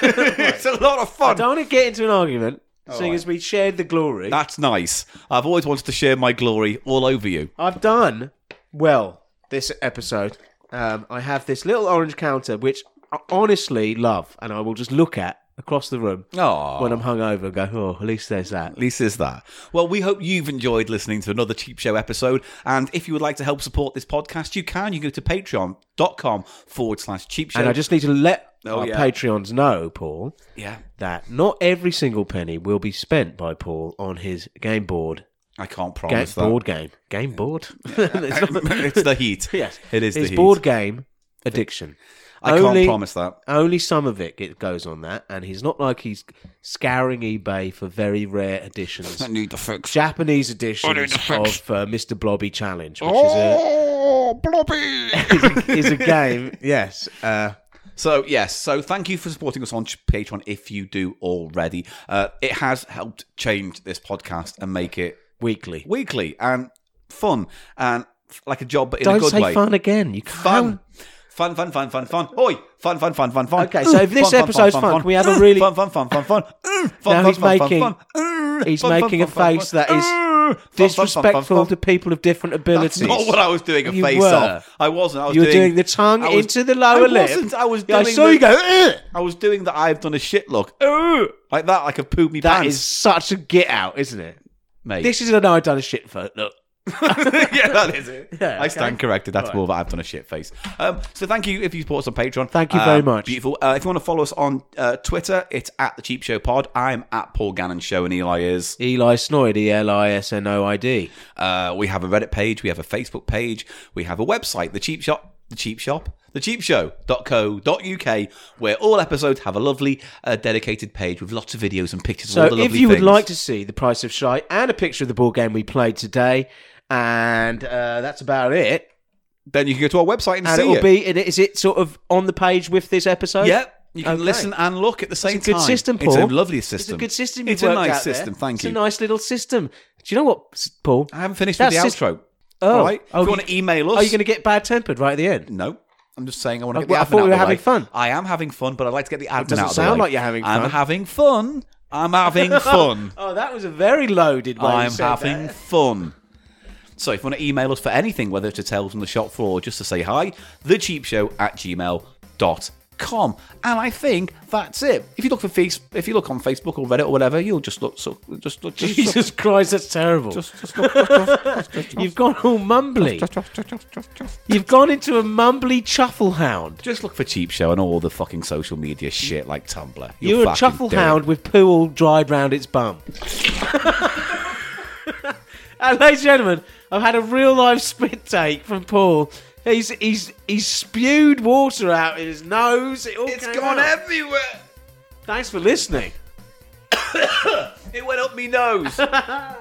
A: a lot of
B: I
A: fun.
B: don't want to get into an argument, seeing as we shared the glory.
A: That's nice. I've always wanted to share my glory all over you.
B: I've done well this episode. Um, I have this little orange counter, which I honestly love, and I will just look at across the room
A: Aw.
B: when I'm hungover and go, oh, at least there's that.
A: At least is that. Well, we hope you've enjoyed listening to another Cheap Show episode. And if you would like to help support this podcast, you can. You can go to patreon.com forward slash cheap show.
B: And I just need to let
A: Oh,
B: our
A: yeah.
B: Patreons know, Paul,
A: Yeah.
B: that not every single penny will be spent by Paul on his game board.
A: I can't
B: Game,
A: promise that.
B: board game. Game board? It's not-
A: it's the heat.
B: yes.
A: It is
B: His
A: the heat.
B: board game addiction.
A: I
B: Only-
A: can't promise that.
B: Only some of it get- goes on that, and he's not like he's scouring eBay for very rare editions. I need the fix. Japanese editions of uh, Mr. Blobby Challenge, which is a
A: Oh!
B: Blobby is a game. Yes, uh,
A: So yes, so thank you for supporting us on Patreon if you do already. Uh, it has helped change this podcast and make it
B: weekly.
A: weekly and fun and f- like a job, but in a
B: Don't
A: good
B: say
A: way.
B: fun again. You
A: Fun.
B: can't.
A: Fun, fun, fun, fun, fun. Oi, fun, fun, fun, fun, fun.
B: Okay, so if this episode's fun, can we have a really-
A: fun, fun, fun, fun, fun. Mm, fun,
B: Now
A: fun,
B: he's
A: fun,
B: making-
A: fun, fun. Mm,
B: he's
A: fun, fun,
B: making a
A: fun, fun,
B: face
A: fun.
B: that
A: Mm,
B: is
A: fun, fun, fun, fun,
B: Disrespectful
A: fun.
B: to people of different abilities.
A: That's not what I was doing. A
B: You
A: face
B: were.
A: off. I wasn't. I was
B: you were
A: doing,
B: doing, the tongue
A: I was-
B: into the lower
A: I
B: lip.
A: wasn't. I was
B: Yeah,
A: doing.
B: I saw
A: the,
B: you go. "Ugh."
A: I was doing the I've done a shit look. Ugh, like that. Like I've pooped me
B: That
A: pants.
B: is such a get out, isn't it?
A: mate.
B: This is an I done a shit for. Look,
A: yeah, that is it.
B: Yeah,
A: I stand
B: okay.
A: corrected. That's
B: All right.
A: more that I've done a shit face. Um, so thank you if you support us on Patreon.
B: Thank you
A: Um,
B: very much.
A: Beautiful. Uh, if you want to follow us on uh, Twitter, it's at the Cheap Show Pod. I'm at Paul Gannon Show, and Eli is.
B: Eli Snoid, E L I S N O I D.
A: Uh, we have a Reddit page. We have a Facebook page. We have a website, the Cheap Shop. The Cheap Shop. Thecheapshow.co.uk, where all episodes have a lovely uh, dedicated page with lots of videos and pictures of all
B: So,
A: the
B: if
A: lovely
B: you would
A: things.
B: like to see the price of shite and a picture of the board game we played today, and uh, that's about it.
A: then you can go to our website and,
B: And
A: see
B: it will
A: it.
B: be. And is it sort of on the page with this episode?
A: Yep. You can
B: Okay.
A: listen and look at the same
B: It's a good
A: time.
B: system,
A: It's a
B: Paul.
A: lovely
B: It's
A: system.
B: a good system.
A: It's
B: you've
A: a
B: worked
A: nice
B: out there.
A: system. Thank
B: it's
A: you.
B: a nice little system. Do you know what, S- Paul?
A: I haven't finished
B: That's
A: with the
B: just-
A: outro.
B: Oh,
A: All right.
B: oh,
A: if you want to
B: you-
A: email us,
B: Are you going to get bad tempered right at the end?
A: No, I'm just saying I want to
B: Oh,
A: get the
B: well, I
A: admin
B: thought we
A: out
B: were
A: the
B: having
A: way.
B: fun.
A: I am having fun, but I'd like to get the admin out.
B: doesn't
A: of the
B: sound
A: way.
B: like you're having
A: I'm
B: fun.
A: having fun. I'm having fun.
B: Oh, that was a very loaded one.
A: I'm having fun. So if you want to email us for anything, whether it's a tales from the shop floor or just to say hi, thecheapshow at gmail.com. And I think that's it. If you look for face, if you look on Facebook or Reddit or whatever, you'll just look so just look just,
B: Jesus Christ, that's terrible.
A: just, just look, just, just,
B: You've gone all mumbly. You've gone into a mumbly chuffle hound.
A: just look for cheap show and all the fucking social media shit like Tumblr. You'll
B: You're a
A: fucking
B: chuffle
A: do it.
B: hound with poo all dried round its bum. and ladies and gentlemen, I've had a real life spit take from Paul. He's he's he's spewed water out in his nose. It all
A: It's
B: came
A: gone
B: out.
A: everywhere.
B: Thanks for listening.
A: It went up me nose. that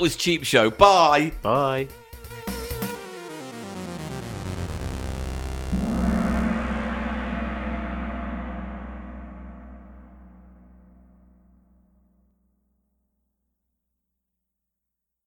A: was cheap show. Bye.
B: Bye.